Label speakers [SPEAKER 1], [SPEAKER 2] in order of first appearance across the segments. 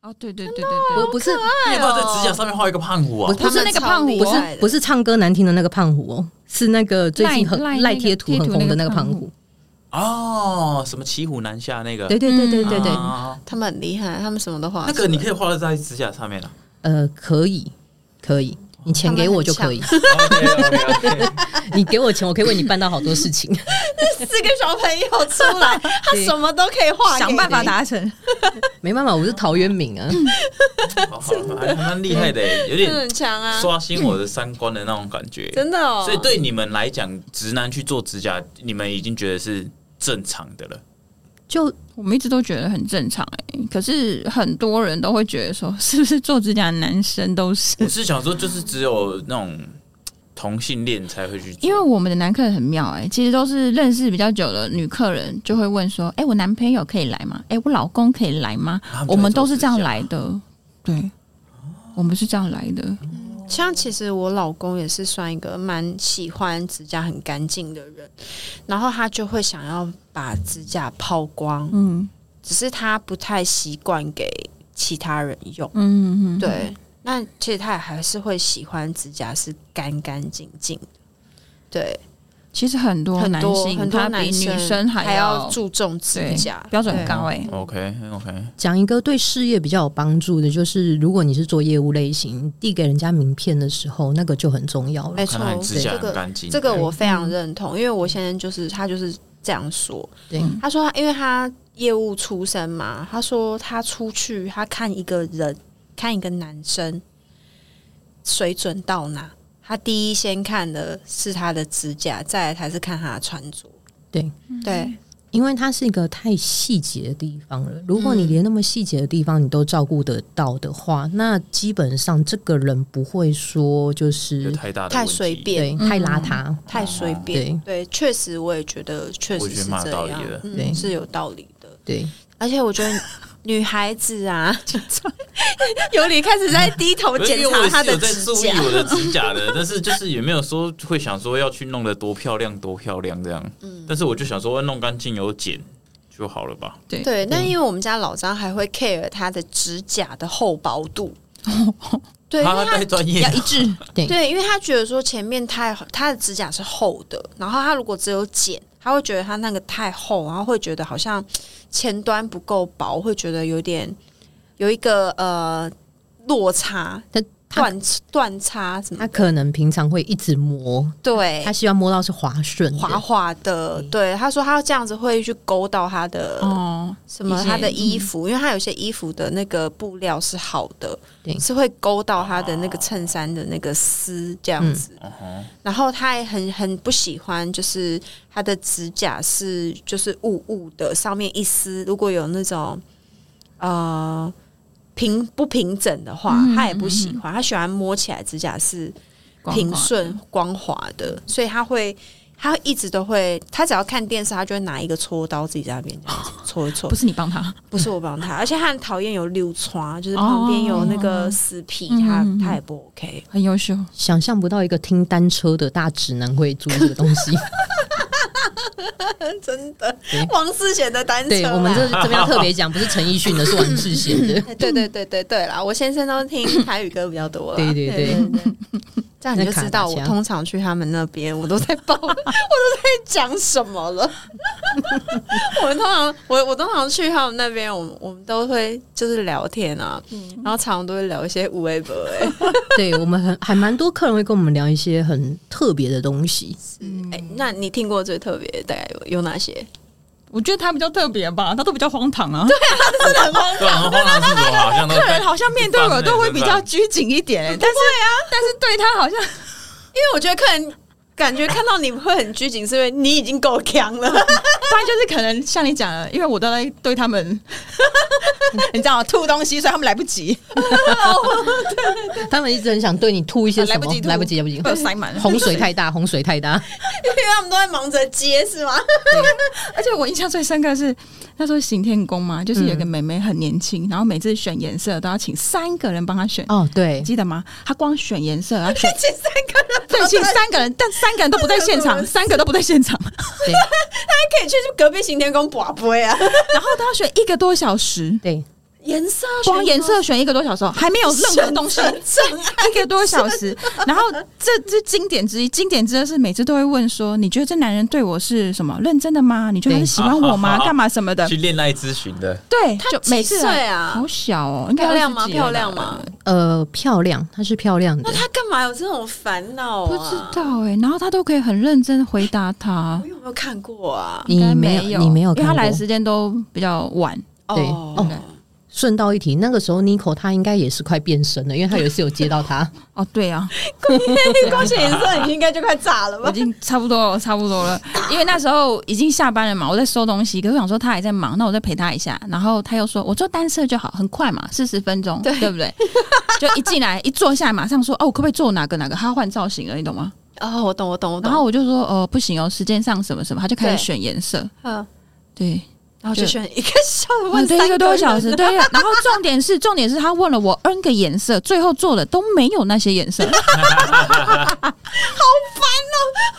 [SPEAKER 1] 哦对对对对对，
[SPEAKER 2] 不不是
[SPEAKER 3] 要不要在指甲上面画一个胖虎啊？
[SPEAKER 1] 不是那个胖虎
[SPEAKER 2] 不
[SPEAKER 1] 哦
[SPEAKER 2] 是不是唱歌难听的那个胖虎哦，是那个最近很
[SPEAKER 1] 赖赖那个
[SPEAKER 2] 赖贴图很红的那个胖
[SPEAKER 1] 贴图那个胖
[SPEAKER 2] 虎。
[SPEAKER 3] 哦，什么骑虎难下那个？
[SPEAKER 2] 对对对对对对，
[SPEAKER 3] 啊
[SPEAKER 4] 他们很厉害，他们什么都画
[SPEAKER 3] 那
[SPEAKER 4] 得出
[SPEAKER 3] 个
[SPEAKER 4] 来。
[SPEAKER 3] 你可以画在指甲上面啊。
[SPEAKER 2] 呃，可以可以，你钱给我就可以，
[SPEAKER 3] 哦 OK，OK，OK
[SPEAKER 2] 你给我钱，我可以为你办到好多事情。
[SPEAKER 4] 四个小朋友出 来，他什么都可以画，
[SPEAKER 1] 想办法。达成。
[SPEAKER 2] 没办法，我是陶渊明啊，
[SPEAKER 3] 好好好还还蛮厉害的耶，有
[SPEAKER 4] 真的
[SPEAKER 3] 点
[SPEAKER 4] 很强啊，
[SPEAKER 3] 刷新我的三观的那种感觉。
[SPEAKER 4] 真的哦。
[SPEAKER 3] 所以对你们来讲，直男去做指甲，你们已经觉得是正常的了。
[SPEAKER 2] 就
[SPEAKER 1] 我们一直都觉得很正常哎、可是很多人都会觉得说， 是不是做指甲的男生都是？
[SPEAKER 3] 我是想说，就是只有那种同性恋才会去做，
[SPEAKER 1] 因为我们的男客人很妙哎、其实都是认识比较久的女客人就会问说，哎、我男朋友可以来吗？哎、我老公可以来吗
[SPEAKER 3] 他们就来？
[SPEAKER 1] 我们都是
[SPEAKER 3] 做指
[SPEAKER 1] 这
[SPEAKER 3] 甲
[SPEAKER 1] 样来的，对，我们是这样来的。
[SPEAKER 4] 像其实我老公也是算一个蛮喜欢指甲很干净的人，然后他就会想要把指甲抛光，
[SPEAKER 1] 嗯
[SPEAKER 4] 只是他不太习惯给其他人用。
[SPEAKER 1] 嗯嗯，
[SPEAKER 4] 对，那其实他也还是会喜欢指甲是干干净净的。对，
[SPEAKER 3] 嗯
[SPEAKER 1] 其实很多
[SPEAKER 4] 很
[SPEAKER 1] 哦男
[SPEAKER 4] 多
[SPEAKER 1] 性
[SPEAKER 4] 很多
[SPEAKER 1] 他比
[SPEAKER 4] 男
[SPEAKER 1] 女生还
[SPEAKER 4] 还
[SPEAKER 1] 要
[SPEAKER 4] 注重
[SPEAKER 1] 对
[SPEAKER 4] 指甲，
[SPEAKER 1] 标准
[SPEAKER 3] 嗯
[SPEAKER 4] 对
[SPEAKER 1] 很高哎、
[SPEAKER 3] OK OK，
[SPEAKER 2] 讲一个对事业比较有帮助的，就是如果你是做业务类型，递给人家名片的时候，那个就很重要了。
[SPEAKER 4] 没错
[SPEAKER 3] 看，来指甲
[SPEAKER 4] 这
[SPEAKER 3] 很
[SPEAKER 4] 个
[SPEAKER 3] 干净。嗯
[SPEAKER 4] 这个我非常认同，因为我现在就是他就是这样说，
[SPEAKER 2] 对，
[SPEAKER 4] 他说他，因为他业务出身嘛，他说他出去，他看一个人，看一个男生水准到哪，他第一先看的是他的指甲，再来才是看他的穿着。
[SPEAKER 2] 对
[SPEAKER 4] 对，
[SPEAKER 2] 因为它是一个太细节的地方了。如果你连那么细节的地方你都照顾得到的话，那基本上这个人不会说就
[SPEAKER 3] 有
[SPEAKER 2] 是
[SPEAKER 3] 太大的
[SPEAKER 4] 太
[SPEAKER 3] 问题
[SPEAKER 4] 随便
[SPEAKER 2] 对太邋遢。
[SPEAKER 4] 太随便。对，确实我也觉得确
[SPEAKER 3] 啊我
[SPEAKER 4] 实
[SPEAKER 3] 觉得
[SPEAKER 4] 是
[SPEAKER 3] 蛮有道
[SPEAKER 4] 这
[SPEAKER 3] 理
[SPEAKER 4] 样
[SPEAKER 3] 的，
[SPEAKER 2] 对
[SPEAKER 4] 嗯，是有道理的。
[SPEAKER 2] 对，
[SPEAKER 4] 而且我觉得女孩子啊， 尤里开始在低头
[SPEAKER 3] 不是
[SPEAKER 4] 检
[SPEAKER 3] 因为我
[SPEAKER 4] 查
[SPEAKER 3] 也是有
[SPEAKER 4] 她的
[SPEAKER 3] 在
[SPEAKER 4] 指
[SPEAKER 3] 注意
[SPEAKER 4] 甲。
[SPEAKER 3] 我的指甲的， 但是就是也没有说会想说要去弄得多漂亮多漂亮这样。但是我就想说弄干净有剪就好了吧。
[SPEAKER 4] 对，那
[SPEAKER 3] 嗯
[SPEAKER 4] 因为我们家老张还会 care 他的指甲的厚薄 度。对，因
[SPEAKER 3] 他
[SPEAKER 4] 为他
[SPEAKER 3] 太专业
[SPEAKER 1] 要，一致，
[SPEAKER 4] 对，因为他觉得说前面太他的指甲是厚的，然后他如果只有剪，他会觉得他那个太厚，然后会觉得好像前端不够薄，会觉得有点有一个呃落差
[SPEAKER 2] 他他
[SPEAKER 4] 断断差什么
[SPEAKER 2] 他可能平常会一直磨，
[SPEAKER 4] 对
[SPEAKER 2] 他。希望摸到是滑顺的
[SPEAKER 4] 哎滑滑的，对，他说他这样子会去勾到他的
[SPEAKER 1] 哦，
[SPEAKER 4] 什么
[SPEAKER 1] 一些嗯
[SPEAKER 4] 他的衣服，因为他有些衣服的那个布料是好的
[SPEAKER 2] 对，
[SPEAKER 4] 是会勾到他的那
[SPEAKER 1] 啊
[SPEAKER 4] 个衬衫的那个丝这样子。
[SPEAKER 1] 嗯
[SPEAKER 4] 然后他也很很不喜欢，就是他的指甲是就是雾雾的，上面一丝如果有那种呃平不平整的话，
[SPEAKER 1] 嗯
[SPEAKER 4] 他也不喜欢，他喜欢摸起来指甲是
[SPEAKER 1] 光滑
[SPEAKER 4] 平顺光滑的，所以他会。他一直都会，他只要看电视，他就会拿一个戳刀自己在那边这样子戳一戳
[SPEAKER 1] 不。是你帮他，
[SPEAKER 4] 哦不是我帮 他，而且他很讨厌有溜刷，就是
[SPEAKER 1] 哦
[SPEAKER 4] 旁边有那个死皮，他他也不 OK。
[SPEAKER 1] 很优秀。
[SPEAKER 2] 想象不到一个听单车的大直男会注意这个东西。
[SPEAKER 4] 真的
[SPEAKER 2] 对，
[SPEAKER 4] 王思贤的单
[SPEAKER 2] 对
[SPEAKER 4] 车啦，啊
[SPEAKER 2] 我们这这边要特别讲，不是陈奕迅的，是王志贤的。
[SPEAKER 4] 对对对对对啦，我先生都 听台语歌比较多啦。
[SPEAKER 2] 对对 对
[SPEAKER 4] 对， 这样你就
[SPEAKER 2] 那
[SPEAKER 4] 知道
[SPEAKER 2] 卡达
[SPEAKER 4] 我
[SPEAKER 2] 腔
[SPEAKER 4] 通常去他们那边，我都在报，我都在讲什么 了。我们通常我我通常去他们那边，我们我们都会就是聊天啊，然后常常都会聊一些无微博哎。
[SPEAKER 2] 对我们很还蛮多客人会跟我们聊一些很特别的东西。
[SPEAKER 4] 哎，那你听过最特别的大概有有哪些？
[SPEAKER 1] 我觉得他比较特别吧，他都比较荒唐啊。
[SPEAKER 3] 对啊，然后荒唐是我好像都
[SPEAKER 1] 客人好像面对我都会比较拘谨一点、但是
[SPEAKER 2] 啊
[SPEAKER 1] 但是对他好像
[SPEAKER 4] 因为我觉得客人感觉看到你会很拘谨，是因为你已经够 强了。
[SPEAKER 1] 他就是可能像你讲的，因为我都在对他们， 你知道吐东西，所以他们来不及，
[SPEAKER 2] 他们一直很想对你吐一些什
[SPEAKER 1] 啊来
[SPEAKER 2] 么，
[SPEAKER 1] 不及吐，
[SPEAKER 2] 来不及，来 不及
[SPEAKER 1] 被我塞满了。
[SPEAKER 2] 洪水太大，洪水太大。
[SPEAKER 4] 因为他们都在忙着接，是吗？
[SPEAKER 1] 而且我印象最深刻的是那时候行天宫嘛，就是有一个妹妹很年轻，然后每次选颜色都要请三个人帮她选。
[SPEAKER 2] 嗯哦，对
[SPEAKER 1] 你，记得吗？她光选颜色， 要 选
[SPEAKER 4] 这三个人
[SPEAKER 1] 对，请三个人，但三个人都不在现 场，三个都不在现场，
[SPEAKER 2] 对，
[SPEAKER 4] 还可以去隔壁行天宫卜杯啊，
[SPEAKER 1] 然后都要选一个多小时，
[SPEAKER 2] 对，
[SPEAKER 4] 颜色啊
[SPEAKER 1] 光颜色
[SPEAKER 4] 选
[SPEAKER 1] 选一个多小时，还没有任何东
[SPEAKER 4] 啊
[SPEAKER 1] 西，一个多小时。然后这这经典之一，经典之二是每次都会问说：“你觉得这男人对我是什么认真的吗？你觉得他是喜欢我吗？
[SPEAKER 3] 对
[SPEAKER 1] 干嘛什么的
[SPEAKER 3] 去恋爱咨询的？”
[SPEAKER 1] 对，
[SPEAKER 4] 他
[SPEAKER 1] 就
[SPEAKER 4] 几
[SPEAKER 1] 每次
[SPEAKER 4] 岁啊
[SPEAKER 1] 好小哦，应该
[SPEAKER 4] 漂亮吗？
[SPEAKER 1] 20几了
[SPEAKER 4] 漂亮吗？？
[SPEAKER 2] 呃，漂亮，她是漂亮的
[SPEAKER 4] 那。他干嘛有这种烦恼
[SPEAKER 1] 不
[SPEAKER 4] 啊？
[SPEAKER 1] 知道哎、然后他都可以很认真回答他
[SPEAKER 4] 我。有没有看过啊？
[SPEAKER 2] 你
[SPEAKER 1] 应该
[SPEAKER 2] 没
[SPEAKER 1] 有，
[SPEAKER 2] 你没有
[SPEAKER 1] 因为
[SPEAKER 2] 看
[SPEAKER 1] 他来的
[SPEAKER 2] 过。
[SPEAKER 1] 时间都比较晚。
[SPEAKER 2] 对
[SPEAKER 4] 哦，
[SPEAKER 2] 顺道一提，那个时候 Nico 她应该也是快变身了，因为她有一次有接到她，
[SPEAKER 1] 哦，对啊，
[SPEAKER 4] 光线颜色你应该就快炸了
[SPEAKER 1] 我已？经差不多了，差不多了。因为那时候已经下班了嘛，我在收东西，可是我想说他还在忙，那我再陪他一下。然后他又说，我做单色就好，很快嘛，四十分钟，对不对？就一进 来一坐下来，马上说，哦，我可不可以做哪个哪个？他要换造型了，你懂吗？
[SPEAKER 4] 哦，我懂，我懂，我懂。
[SPEAKER 1] 然后我就说，呃，不行哦，时间上什么什么，他就开
[SPEAKER 4] 对
[SPEAKER 1] 始选颜色。
[SPEAKER 4] 嗯，
[SPEAKER 1] 对，
[SPEAKER 4] 然后就
[SPEAKER 1] 就
[SPEAKER 4] 选一个小 时，问
[SPEAKER 1] 问对
[SPEAKER 4] 三
[SPEAKER 1] 一个多
[SPEAKER 4] 人
[SPEAKER 1] 小时，对。然后重点是，重点是他问了我 N 个颜色，最后做的都没有那些 颜色。哦
[SPEAKER 4] 好烦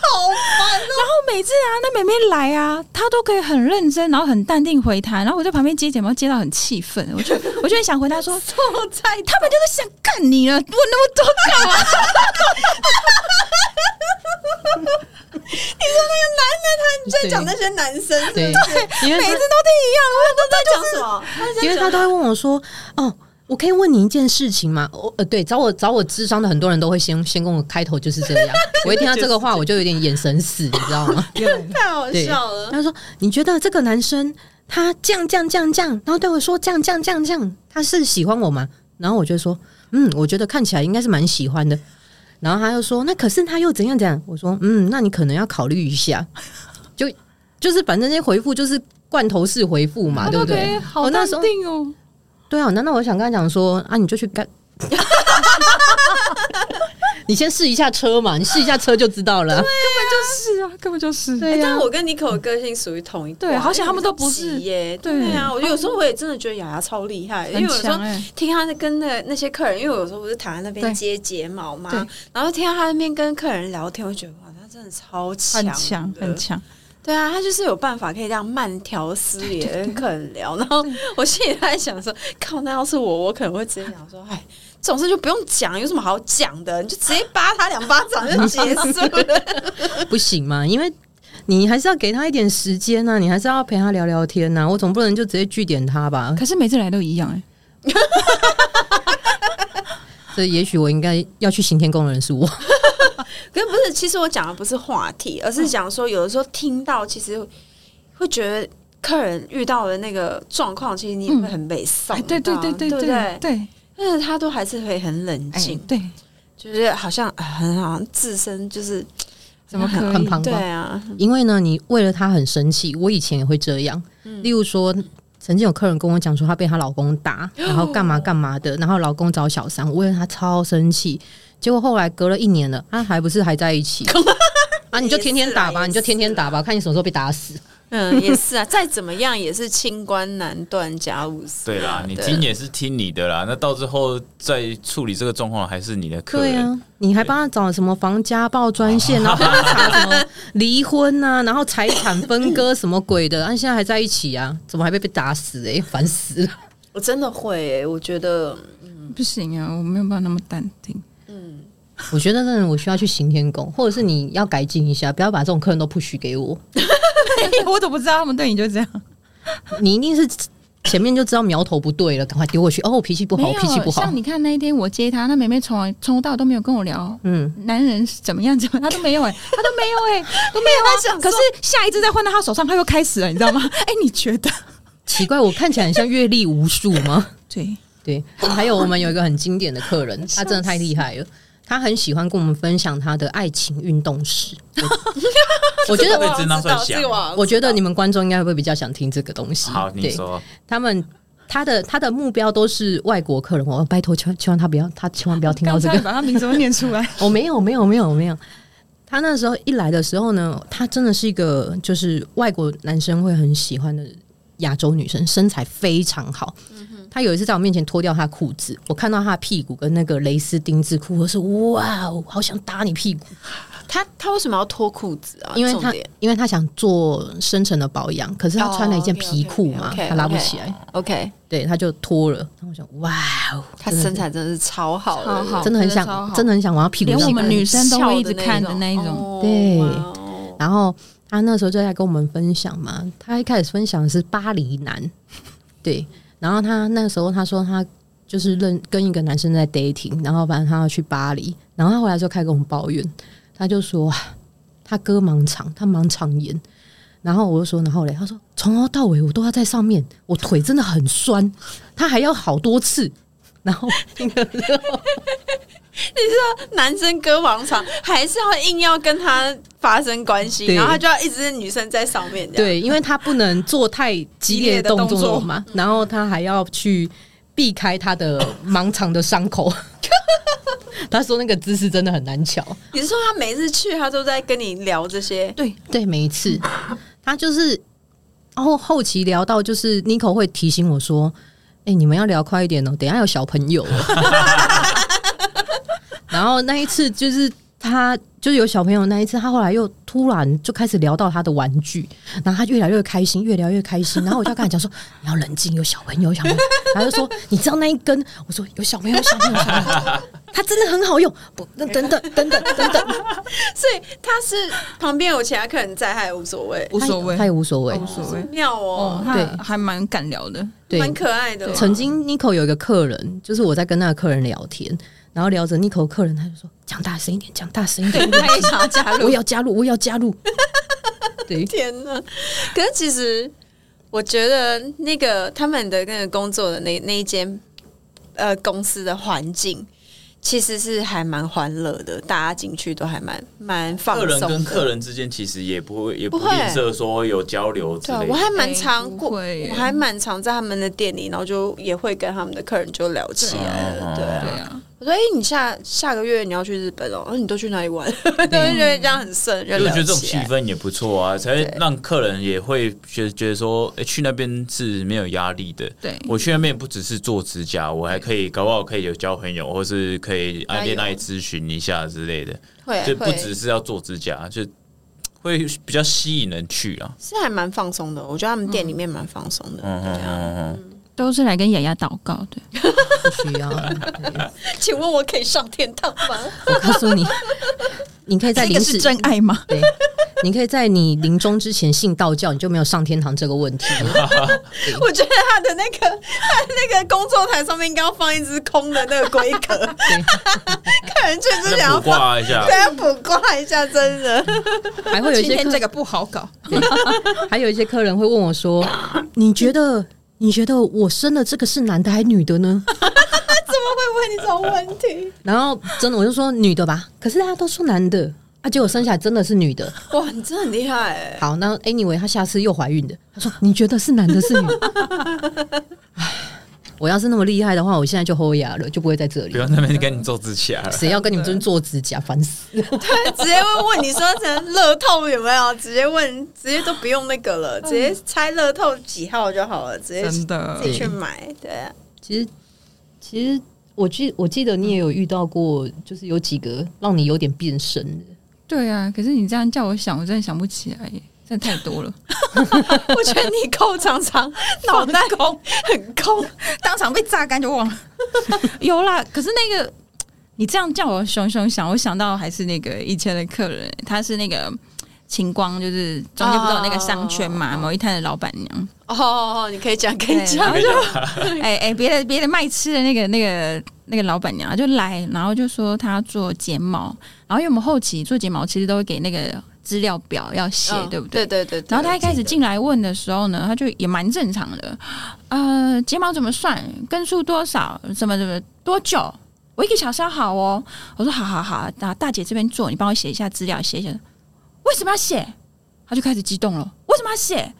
[SPEAKER 4] 哦！
[SPEAKER 1] 然后每次啊，那妹妹来啊，她都可以很认真，然后很淡定回她。然后我在旁边接睫毛，接到很气愤，我就我就很想回答 说，
[SPEAKER 4] 我在
[SPEAKER 1] 他们就是想干你了，问那么多干嘛？
[SPEAKER 4] 你在讲那些男生是不
[SPEAKER 2] 对，
[SPEAKER 4] 是，
[SPEAKER 2] 因为
[SPEAKER 1] 每
[SPEAKER 2] 她
[SPEAKER 1] 次都
[SPEAKER 4] 讲什么？
[SPEAKER 2] 因为他都会问我说：“哦，我可以问你一件事情吗？”我呃，对，找我找我智商的很多人都会先先跟我开头就是这样。我一听到这个话，我就有点眼神死，你知道吗？
[SPEAKER 4] 太好
[SPEAKER 2] 对
[SPEAKER 4] 笑了。
[SPEAKER 2] 他说：“你觉得这个男生他这样这样这样这样，然后对我说这样这样这样这样，他是喜欢我吗？”然后我就说：“嗯，我觉得看起来应该是蛮喜欢的。”然后他又说：“那可是他又怎样怎样？”我说：“嗯，那你可能要考虑一下。 就”就是反正那些回复就是罐头式回复嘛，哦对不对？
[SPEAKER 1] 好
[SPEAKER 2] 我那
[SPEAKER 1] 淡
[SPEAKER 2] 时候
[SPEAKER 1] 定哦。
[SPEAKER 2] 对啊，难道我想跟他讲说啊，你就去干？ 你先试一下车嘛，你试一下车就知道了啊。
[SPEAKER 1] 是啊，根本就是
[SPEAKER 4] 哎
[SPEAKER 2] 对啊
[SPEAKER 4] 但我跟 Nico 的个性属于同一挂
[SPEAKER 1] 对好险他们都不是
[SPEAKER 4] 因为我们急耶。
[SPEAKER 1] 对
[SPEAKER 4] 对啊，我觉得有时候我也真的觉得雅雅超厉害，因为
[SPEAKER 1] 很
[SPEAKER 4] 有时候
[SPEAKER 1] 强哎。
[SPEAKER 4] 听他跟那那些客人，因为我有时候不是躺在那边
[SPEAKER 1] 对
[SPEAKER 4] 接睫毛嘛
[SPEAKER 1] 对，
[SPEAKER 4] 然后听到他那边跟客人聊天，我觉得哇，他真的超强，
[SPEAKER 1] 很强，很。强，
[SPEAKER 4] 对啊，他就是有办法可以这样慢条斯理地跟客 人聊。然后我心里在想说，靠，那要是我，我可能会直接讲说，哎，这种事就不用讲，有什么好讲的？你就直接扒他两巴掌就结束了。
[SPEAKER 2] 不行嘛，因为你还是要给他一点时间啊呐、你还是要陪他聊聊天啊呐、我总不能就直接据点他吧？
[SPEAKER 1] 可是每次来都一样哎。
[SPEAKER 2] 这也许我应该要去行天宫的人是我，
[SPEAKER 4] 可是不是，其实我讲的不是话题，
[SPEAKER 2] 嗯
[SPEAKER 4] 而是讲说，有的时候听到，其实会觉得客人遇到的那个状况，其实你也
[SPEAKER 2] 嗯
[SPEAKER 4] 会很悲伤、
[SPEAKER 1] 哎，对对对对
[SPEAKER 4] 对不
[SPEAKER 1] 对对，
[SPEAKER 4] 但是他都还是会很冷
[SPEAKER 1] 哎
[SPEAKER 4] 静，
[SPEAKER 1] 对，
[SPEAKER 4] 就是好像啊很好像自身就是
[SPEAKER 1] 怎么可
[SPEAKER 2] 很很
[SPEAKER 1] 以？
[SPEAKER 2] 旁
[SPEAKER 4] 对
[SPEAKER 2] 观。
[SPEAKER 4] 啊，
[SPEAKER 2] 因为呢，你为了他很生气，我以前也会这样。
[SPEAKER 4] 嗯
[SPEAKER 2] 例如说，曾经有客人跟我讲说，她被她老公打，
[SPEAKER 4] 哦
[SPEAKER 2] 然后干嘛干嘛的，然后老公找小三，我为了她超生气。结果后来隔了一年了，啊，还不是还在一 起啊？你就天天打
[SPEAKER 4] 也是啦
[SPEAKER 2] 吧，你就天天打吧，看你什么时候被打死。
[SPEAKER 4] 嗯，也 是啊，再怎么样也是清官难断家务事。
[SPEAKER 3] 对啦，你今年是听你的啦，那到最后再处理这个状况还是你的客
[SPEAKER 2] 对
[SPEAKER 3] 人。
[SPEAKER 2] 啊，你还帮他找什么防家暴专 线，然后帮他查什么离婚啊，然后财产分割什么鬼的，啊， 现在还在一起啊，怎么还被被打死、欸？哎，烦死了！
[SPEAKER 4] 我真的会耶、我觉得
[SPEAKER 1] 不行啊，我没有办法那么淡定。
[SPEAKER 2] 我觉得真的，我需要去行天宫，或者是你要改进一下，不要把这种客人都 push 给我。
[SPEAKER 1] 我怎么不知道他们对你就这样？
[SPEAKER 2] 你一定是前面就知道苗头不对了，赶快丢过去。哦，我脾气不 好，
[SPEAKER 1] 没
[SPEAKER 2] 我
[SPEAKER 1] 有，
[SPEAKER 2] 脾气不好
[SPEAKER 1] 像。你看那一天我接她，那妹妹从来从头到尾都没有跟我聊，嗯，男人是怎么样怎么样，她都没有 哎、她都没有哎、都没有啊
[SPEAKER 4] 我想说
[SPEAKER 1] 可是下一次再换到她手上，她又开始了，你知 道吗？哎、你觉得？
[SPEAKER 2] 奇怪，我看起来很像阅历无数吗？
[SPEAKER 1] 对，
[SPEAKER 2] 对，还有我们有一个很经典的客人，他真的太厉害了。他很喜欢跟我们分享他的爱情运动史，我我觉
[SPEAKER 3] 对
[SPEAKER 2] 得，
[SPEAKER 3] 这真拿出来
[SPEAKER 4] 这
[SPEAKER 3] 讲
[SPEAKER 4] 个好像
[SPEAKER 2] 我觉得
[SPEAKER 4] 知道
[SPEAKER 2] 你们观众应该会比较想听这个东西。
[SPEAKER 3] 好，你
[SPEAKER 2] 对
[SPEAKER 3] 说
[SPEAKER 2] 他们他的他的目标都是外国客人，我拜托，千万千万他不要，他千万不要听到
[SPEAKER 1] 刚
[SPEAKER 2] 这
[SPEAKER 1] 才
[SPEAKER 2] 个。
[SPEAKER 1] 把她名字都念出来，
[SPEAKER 2] 我哦没有，没有，没有，没有。他那时候一来的时候呢，他真的是一个
[SPEAKER 1] 嗯
[SPEAKER 2] 就是外国男生会很喜欢的亚洲女生，身材非常好。他有一次在我面前脱掉他的裤子，我看到他的屁股跟那个蕾丝丁字裤，我说哇哦，好想打你屁股，
[SPEAKER 4] 他他为什么要脱裤子啊？
[SPEAKER 2] 因为
[SPEAKER 4] 重
[SPEAKER 2] 他
[SPEAKER 4] 点
[SPEAKER 2] 因为他想做深层的保养，可是他穿了一件皮裤嘛
[SPEAKER 4] 哦，OK，OK，OK，OK
[SPEAKER 2] 他拉不起来，
[SPEAKER 4] OK，
[SPEAKER 2] 对，他就脱了。然后我想，哇哦，
[SPEAKER 4] 他
[SPEAKER 2] 真的是
[SPEAKER 4] 身材真的是超好的，
[SPEAKER 1] 超好
[SPEAKER 2] 真的
[SPEAKER 1] 哦真的
[SPEAKER 2] 很
[SPEAKER 1] 超
[SPEAKER 2] 想，
[SPEAKER 1] 好
[SPEAKER 2] 真的很想往他屁股
[SPEAKER 1] 连我
[SPEAKER 2] 上
[SPEAKER 1] 们
[SPEAKER 2] 看
[SPEAKER 1] 女生都会一直
[SPEAKER 4] 翘
[SPEAKER 1] 看的那一种
[SPEAKER 4] 哦
[SPEAKER 2] 对
[SPEAKER 4] 哇哦
[SPEAKER 2] 然后他那时候就在跟我们分享嘛，他一开始分享的是巴黎男， 对，然后他那时候他说他就是认跟一个男生在 dating，然后反正他要去巴黎，然后他回来之后开始跟我们抱怨，他就说啊他割盲肠，他盲肠炎。然后我就说，然后嘞，他说从头到尾我都要在上面，我腿真的很酸，他还要好多次。然后
[SPEAKER 4] 男生割盲肠还是要硬要跟他发生关系，
[SPEAKER 2] 对
[SPEAKER 4] 然后他就要一直是女生在上面这样。
[SPEAKER 2] 对，因为他不能做太激烈的动作嘛，然后他还要去避开他的盲肠的伤口。 他说那个姿势真的很难瞧。
[SPEAKER 4] 你是说他每次去他都在跟你聊这些？
[SPEAKER 1] 对，
[SPEAKER 2] 对，每一次他就是，然后后期聊到就是 n i c o 会提醒我说：“哎、你们要聊快一点哦，等一下有小朋友 哦。”然后那一次就是他就是有小朋友那一次，他后来又突然就开始聊到他的玩具，然后他越来越开心，越聊越开心。然后我就要跟他讲说：“ 你要冷静，有小朋友，有小朋友。”他就说：“你知道那一根？”我说：“有小朋友，有小朋友，有小朋友。” 他真的很好用，不，等等等等等等，
[SPEAKER 4] 所以他是旁边有其他客人在，他也无所谓，
[SPEAKER 1] 无所谓
[SPEAKER 2] 他，也无所谓，
[SPEAKER 1] 无所谓。
[SPEAKER 4] 妙
[SPEAKER 1] 哦
[SPEAKER 4] 哦，，
[SPEAKER 1] 他
[SPEAKER 2] 对
[SPEAKER 1] 还蛮敢聊的，
[SPEAKER 2] 对，
[SPEAKER 4] 蛮可爱的。哦
[SPEAKER 2] 曾经 n i c o 有一个客人，就是我在跟那个客人聊天，然后聊着 n i c o 客人，他就说：“讲大声一点，讲大声一点，
[SPEAKER 1] 他也想要加
[SPEAKER 2] 我
[SPEAKER 1] 入。
[SPEAKER 2] 要加入，我要加入。对
[SPEAKER 4] 天呐！可是其实我觉得那个他们的那个工作的那那一间呃公司的环境。其实是还蛮欢乐的，大家进去都还蛮蛮放
[SPEAKER 3] 客人
[SPEAKER 4] 松的。
[SPEAKER 3] 跟客人之间其实也不会也不
[SPEAKER 4] 不会
[SPEAKER 3] 吝啬说有交流之
[SPEAKER 4] 对啊
[SPEAKER 3] 类，
[SPEAKER 4] 我
[SPEAKER 3] 的。
[SPEAKER 4] 还蛮常
[SPEAKER 1] 哎
[SPEAKER 4] 过，
[SPEAKER 1] 不会耶
[SPEAKER 4] 我还蛮常在他们的店里，然后就也会跟他们的客人就聊起来了。对
[SPEAKER 3] 对
[SPEAKER 1] 对
[SPEAKER 4] 啊，
[SPEAKER 1] 啊，
[SPEAKER 4] 我说：“哎、你下下个月你要去日本哦？哦你都去哪里 玩？”都会觉得这样很顺，就
[SPEAKER 3] 就是
[SPEAKER 4] 聊
[SPEAKER 3] 觉得这种
[SPEAKER 4] 起
[SPEAKER 3] 气
[SPEAKER 4] 来。
[SPEAKER 3] 氛也不错啊，才会让客人也会觉得觉得说，哎，去那边是没有压力的。
[SPEAKER 1] 对
[SPEAKER 3] 我去那边不只是做指甲，我还可以搞不好可以有交朋友，或是可以
[SPEAKER 4] 加
[SPEAKER 3] 按
[SPEAKER 4] 油
[SPEAKER 3] 恋爱咨询一下之类的，
[SPEAKER 4] 会
[SPEAKER 3] 就不
[SPEAKER 4] 会
[SPEAKER 3] 只是要做指甲，就会比较吸引人去啊。
[SPEAKER 4] 是还蛮放松的，我觉得他们店里面蛮放松的。
[SPEAKER 3] 嗯嗯
[SPEAKER 4] 对啊，
[SPEAKER 3] 嗯嗯，
[SPEAKER 1] 都是来跟雅雅祷告的。
[SPEAKER 2] 不需要。对
[SPEAKER 4] 请问我可以上天堂 吗？
[SPEAKER 2] 我告诉你，你可以在
[SPEAKER 1] 这
[SPEAKER 2] 临
[SPEAKER 1] 个
[SPEAKER 2] 死
[SPEAKER 1] 是真爱 吗？
[SPEAKER 2] 对，你可以在你临终之前信道教，你就没有上天堂这个问题。
[SPEAKER 4] 我觉得他的那个他的那个工作台上面应该要放一只空的那个龟 壳，客人确实想
[SPEAKER 3] 那
[SPEAKER 4] 要
[SPEAKER 3] 卜
[SPEAKER 4] 放，
[SPEAKER 3] 卦一
[SPEAKER 1] 啊
[SPEAKER 3] 下
[SPEAKER 4] 对，，要卜卦一下，真的。
[SPEAKER 2] 还会有一些客，
[SPEAKER 1] 个不好搞，
[SPEAKER 2] 还有一些客人会问 我说：“你觉得，你觉得我生的这个是男的还是女的呢？”
[SPEAKER 4] 怎么会问你这种问题？
[SPEAKER 2] 然后真的我就说女的吧，可是大家都说男的，啊，结果生下来真的是女的。
[SPEAKER 4] 哇，你真的很厉害欸！
[SPEAKER 2] 好，那 anyway，她下次又怀孕的，她说你觉得是男的是女的？ 唉我要是那么厉害的话，我现在就豁牙了，就不会在这里
[SPEAKER 3] 不。用那边跟你做指甲了。
[SPEAKER 2] 谁要跟你们这边做指甲，烦死！
[SPEAKER 4] 直接问问你说这乐透有没有？直接问，直接都不用那个了，直接猜乐透几号就好了，直接
[SPEAKER 1] 真
[SPEAKER 4] 自
[SPEAKER 1] 的。
[SPEAKER 4] 己去买。对啊，
[SPEAKER 2] 其实，其实我记我记得你也有遇到过，就是有几个让你有点变身的。
[SPEAKER 1] 对啊，可是你这样叫我想，我真的想不起来耶，真的太多 了，
[SPEAKER 4] 我觉得你够常常脑 袋空很空，
[SPEAKER 1] 当场被榨干就忘了。 有啦，可是那个你这样叫我熊熊想，我想到还是那个以前的客人，她是那个晴光，就是中间不是有那个商圈嘛，某一摊的老板娘。
[SPEAKER 4] 哦哦，哦，你可以讲，可以
[SPEAKER 1] 对，然
[SPEAKER 4] 讲
[SPEAKER 1] 后。就哎哎，别的别的卖吃的那个那个那个老板娘就来，然后就说她要做睫毛，然后因为我们后期做睫毛其实都会给那个资料表要写，
[SPEAKER 4] 嗯
[SPEAKER 1] 对不对？
[SPEAKER 4] 对对对。对
[SPEAKER 1] 然后他一开始进来问的时候呢，他就也蛮正常的，呃，睫毛怎么算，根数多少，怎么怎么多久，我一个小时要好哦。我说好好好，那大姐这边做，你帮我写一下资料，写一下。为什么要写？他就开始激动了，为什么要写？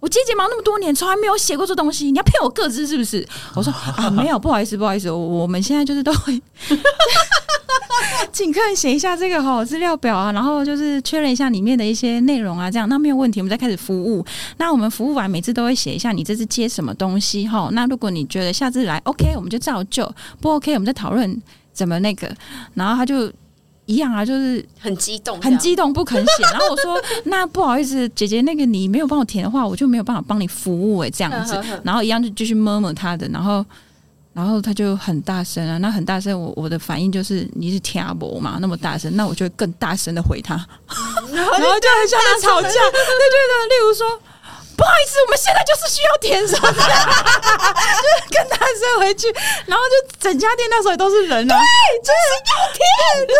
[SPEAKER 1] 我接睫毛那么多年，从来没有写过这东西，你要骗我个子是不是？我说啊，没有，不好意思，不好意思，我我们现在就是都会，请客人写一下这个哈资料表啊，然后就是确认一下里面的一些内容啊，这样那没有问题，我们再开始服务。那我们服务完，每次都会写一下你这次接什么东西哈。那如果你觉得下次来 OK，我们就照旧；不 OK，我们再讨论怎么那个。然后他就一样啊，就是
[SPEAKER 5] 很激动，
[SPEAKER 1] 很激动不肯写。然后我 说：“那不好意思，姐姐，那个你没有帮我填的话，我就没有办法帮你服务诶、这样子。”然后一样就继续摸摸他的，然后然后他就很大声啊，那很大声，我我的反应就是你是听不嘛，那么大声，那我就会更大声的回他，嗯然后就很像在吵架，就觉得例如说。不好意思，我们现在就是需要填什么， 就是更大声回去，然后就整家店那时候也都是人啊，对，就是要填。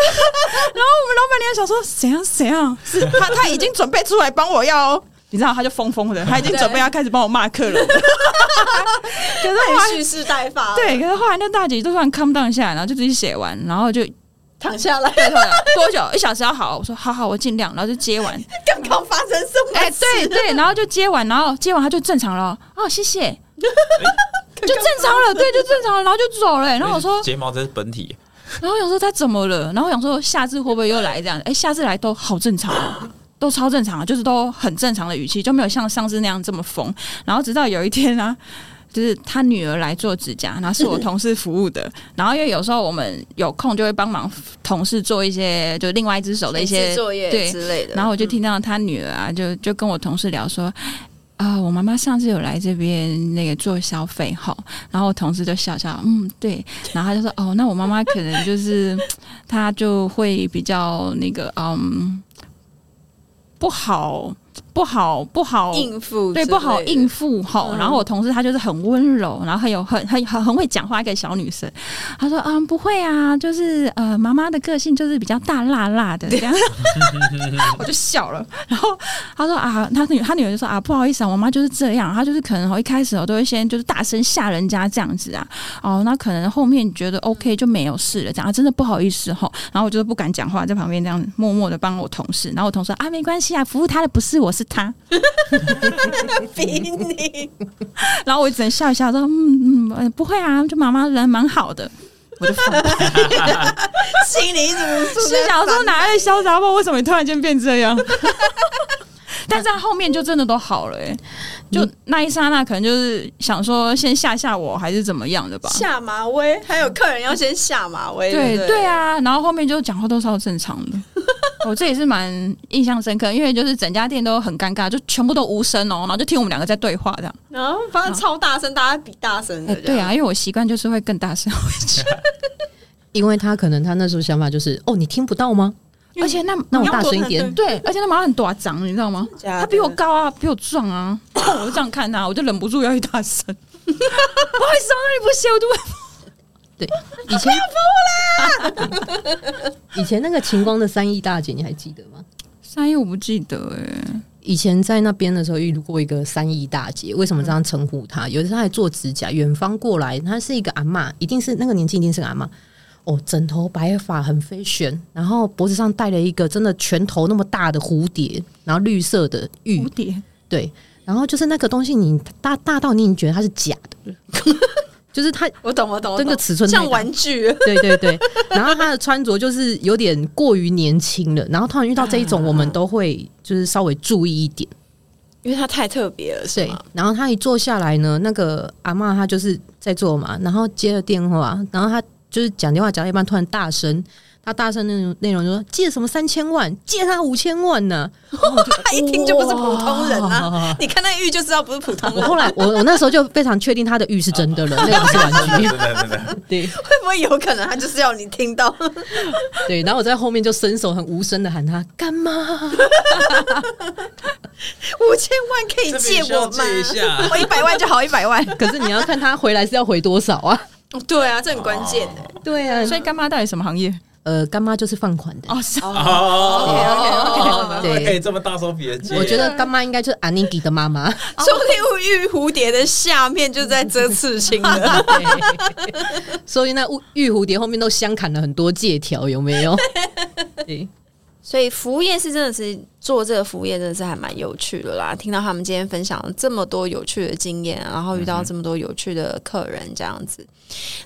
[SPEAKER 1] 然后我们老板娘想说怎样怎样，是他他已经准备出来帮我要、哦，你知道他就疯疯的，他已经准备要开始帮我骂客人了， 可是后来
[SPEAKER 5] 太蓄势待发，，
[SPEAKER 1] 对，可是后来那大姐就突然 calm down 下来，然后就自己写完，然后就
[SPEAKER 5] 躺下来，
[SPEAKER 1] 拜托了多久？一小时要好，我说好好，我尽量，然后就接完。
[SPEAKER 5] 刚刚发生什么？
[SPEAKER 1] 哎、对对，然后就接完，然后接完他就正常了。哦，谢 谢，就正常了，对，就正常了，然后就走了、哎然后我说，
[SPEAKER 3] 睫毛才是本体，啊
[SPEAKER 1] 然后我想说他怎么了？然后我想说下次会不会又来这样？哎、下次来都好正常哦。都超正常，就是都很正常的语气，就没有像上次那样这么疯。然后直到有一天呢、就是他女儿来做指甲，然后是我同事服务的。然后因为有时候我们有空就会帮忙同事做一些，就另外一只手的一些
[SPEAKER 5] 作业
[SPEAKER 1] 对
[SPEAKER 5] 之类的，
[SPEAKER 1] 然后我就听到他女儿啊，就就跟我同事聊说。啊、我妈妈上次有来这边那个做消费哈，然后我同事就笑笑，嗯，对，然后他就说，哦，那我妈妈可能就是她就会比较那个，嗯，不好，不好，不好
[SPEAKER 5] 应付
[SPEAKER 1] 对，不好应
[SPEAKER 5] 付，
[SPEAKER 1] 付吼。
[SPEAKER 5] 嗯
[SPEAKER 1] 然后我同事她就是很温柔，然后很有很很很很会讲话一个小女生。她说：“嗯，不会啊，就是呃，妈妈的个性就是比较大辣辣的这样。”我就笑了。然后她说：“啊，她女她女儿就说啊，不好意思啊，我妈就是这样，她就是可能哦一开始我都会先就是大声吓人家这样子啊，哦，那可能后面觉得 OK 就没有事了，这样、啊、真的不好意思吼。然后我就是不敢讲话，在旁边这样默默的帮我同事。然后我同事说啊，没关系啊，服务他的不是我是他。
[SPEAKER 5] 比你
[SPEAKER 1] 然后我只能笑一笑，说嗯嗯呃，不会啊，就妈妈人蛮好的。我就放心
[SPEAKER 5] 心里一直无数在
[SPEAKER 1] 想说哪来的潇洒包？为什么你突然间变这 样？但是他后面就真的都好了、欸，就那一刹那可能就是想说先吓吓我，还是怎么样的吧？
[SPEAKER 5] 下马威，还有客人要先下马威，
[SPEAKER 1] 对
[SPEAKER 5] 不
[SPEAKER 1] 对，啊，然后后面就讲话都超正常 的，我这也是蛮印象深刻，因为就是整家店都很尴尬，就全部都无声哦，然后就听我们两个在对话这样。
[SPEAKER 5] 然后反正超大声，大家比大声
[SPEAKER 1] 哎、
[SPEAKER 5] 的，
[SPEAKER 1] 对，啊，因为我习惯就是会更 大声回去，
[SPEAKER 2] 因为他可能他那时候想法就是，哦，你听不到吗？
[SPEAKER 1] 而且那
[SPEAKER 2] 那我大声一点，
[SPEAKER 1] 对，而且他马上很短长，你知道吗？
[SPEAKER 5] 假的
[SPEAKER 1] 他比我高啊，比我壮啊，然后我就这样看他，我就忍不住要去大声。不好意思，我那你不写，我就问
[SPEAKER 2] 对， 以前 以前那个晴光的三亿大姐，你还记得吗？
[SPEAKER 1] 三一我不记得哎、
[SPEAKER 2] 以前在那边的时候遇过一个三亿大姐，为什么这样称呼她？有一次她还做指甲，远方过来，她是一个阿嬷，一定是那个年纪，一定是个阿嬷。哦，枕头白发很飞旋，然后脖子上戴了一个真的拳头那么大的蝴蝶，然后绿色的玉
[SPEAKER 1] 蝴蝶
[SPEAKER 2] 对，然后就是那个东西你，大大到你已经觉得它是假的， 就是它
[SPEAKER 5] 我懂，我懂，我
[SPEAKER 2] 这
[SPEAKER 5] 懂
[SPEAKER 2] 个尺寸太大
[SPEAKER 5] 像玩具，
[SPEAKER 2] 对对对，然后他的穿着就是有点过于年轻了，然后突然遇到这一种，我们都会就是稍微注意一点。
[SPEAKER 5] 因为它太特别了，是
[SPEAKER 2] 对
[SPEAKER 5] 吗？，
[SPEAKER 2] 然后他一坐下来呢，那个阿嬷她就是在做嘛，然后接了电话，然后她就是讲电话讲到一半，突然大声，她大声内容内容就说借什么三千万，借他五千万呢、
[SPEAKER 5] 他一听就不是普通人啊
[SPEAKER 2] 哇！
[SPEAKER 5] 你看那玉就知道不是普通
[SPEAKER 2] 我
[SPEAKER 5] 人，
[SPEAKER 2] 后来我我那时候就非常确定他的玉是真的了，那个不是玩具。
[SPEAKER 3] 真的真的，
[SPEAKER 2] 对
[SPEAKER 5] 会不会有可能他就是要你听到？
[SPEAKER 2] 对，然后我在后面就伸手很无声的喊他干妈。
[SPEAKER 5] 五千万可以借我吗
[SPEAKER 3] 这边需要借一 下？
[SPEAKER 5] 我一百万就好，一百万。
[SPEAKER 2] 可是你要看他回来是要回多少啊？
[SPEAKER 5] 对啊，这很关键的。
[SPEAKER 2] 对啊
[SPEAKER 1] 所以干妈到底什么行业？
[SPEAKER 2] 呃，干妈就是放款的。
[SPEAKER 1] 哦，是啊，
[SPEAKER 3] 哦，
[SPEAKER 5] OK，
[SPEAKER 3] 哎、
[SPEAKER 2] 对，
[SPEAKER 3] 这么大手笔的借，嗯
[SPEAKER 2] 我觉得干妈应该就是阿妮迪的妈妈。
[SPEAKER 5] 说不定玉蝴蝶的下面就在遮刺青了。
[SPEAKER 2] 所以那玉玉蝴蝶后面都镶砍了很多借条，有没有？对，
[SPEAKER 4] 所以服务业是真的是做这个服务业真的是还蛮有趣的啦。听到他们今天分享了这么多有趣的经验，然后遇到这么多有趣的客人这样子，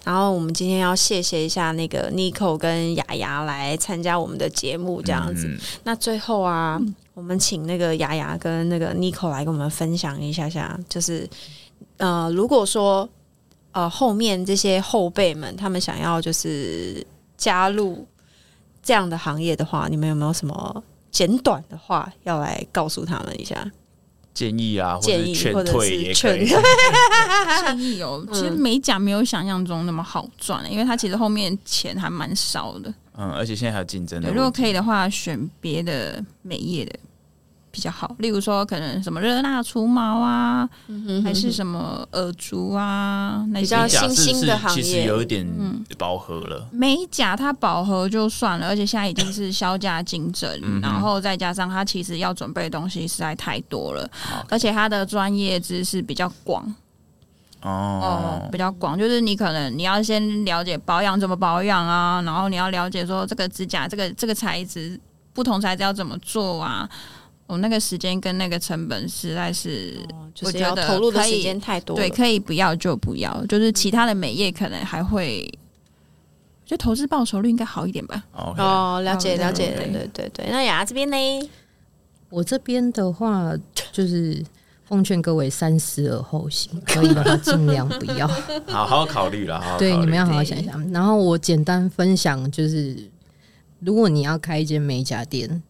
[SPEAKER 4] 然后我们今天要谢谢一下那个 Nico 跟雅雅来参加我们的节目这样子。
[SPEAKER 3] 嗯
[SPEAKER 4] 那最后啊，
[SPEAKER 1] 嗯
[SPEAKER 4] 我们请那个雅雅跟那个 Nico 来跟我们分享一下下，就是呃，如果说呃后面这些后辈们他们想要就是加入这样的行业的话，你们有没有什么简短的话要来告诉他们一下？
[SPEAKER 3] 建议啊，或者
[SPEAKER 4] 建
[SPEAKER 3] 是
[SPEAKER 4] 议
[SPEAKER 3] 劝
[SPEAKER 4] 或者
[SPEAKER 3] 退
[SPEAKER 4] 是
[SPEAKER 3] 也可
[SPEAKER 4] 劝
[SPEAKER 3] 以。
[SPEAKER 1] 建议哦，其实美甲没有想象中那么好赚、因为它其实后面钱还蛮少的。
[SPEAKER 3] 嗯，而且现在还有竞争的
[SPEAKER 1] 对，
[SPEAKER 3] 问
[SPEAKER 1] 如
[SPEAKER 3] 题。
[SPEAKER 1] 果可以的话，选别的美业的比较好，例如说可能什么热辣除毛啊，还是什么耳烛啊那
[SPEAKER 4] 嗯比较
[SPEAKER 1] 些
[SPEAKER 3] 美。甲
[SPEAKER 4] 新
[SPEAKER 3] 是不
[SPEAKER 4] 兴
[SPEAKER 3] 是
[SPEAKER 4] 的行
[SPEAKER 3] 其实
[SPEAKER 4] 业嗯
[SPEAKER 3] 有一点饱和了。
[SPEAKER 1] 美甲它饱和就算了，而且现在已经是销价竞争，
[SPEAKER 3] 嗯哼
[SPEAKER 1] 然后再加上它其实要准备的东西实在太多了，而且它的专业知识比较广，哦、
[SPEAKER 3] 哦，
[SPEAKER 1] 比较广，就是你可能你要先了解保养怎么保养啊，然后你要了解说这个指甲这个这个材质不同材质要怎么做啊。我、那个时间跟那个成本实在是，
[SPEAKER 4] 就
[SPEAKER 1] 我
[SPEAKER 4] 是
[SPEAKER 1] 觉
[SPEAKER 4] 要
[SPEAKER 1] 得
[SPEAKER 4] 投入的
[SPEAKER 1] 可以
[SPEAKER 4] 时间太多了
[SPEAKER 1] 对，。可以不要就不要，就是其他的美业可能还会，就投资报酬率应该好一点吧。
[SPEAKER 3] OK，
[SPEAKER 4] 哦，了解
[SPEAKER 1] 好
[SPEAKER 4] 了解，
[SPEAKER 1] 对
[SPEAKER 4] 对对对对。那雅雅这边呢？
[SPEAKER 2] 我这边的话，就是奉劝各位三思而后行，可以的话尽量不要。
[SPEAKER 3] 好好考虑 了，好好
[SPEAKER 2] 对，
[SPEAKER 3] 考
[SPEAKER 2] 你
[SPEAKER 3] 虑
[SPEAKER 2] 们要好好想一想。然后我简单分享，就是如果你要开一间美甲店，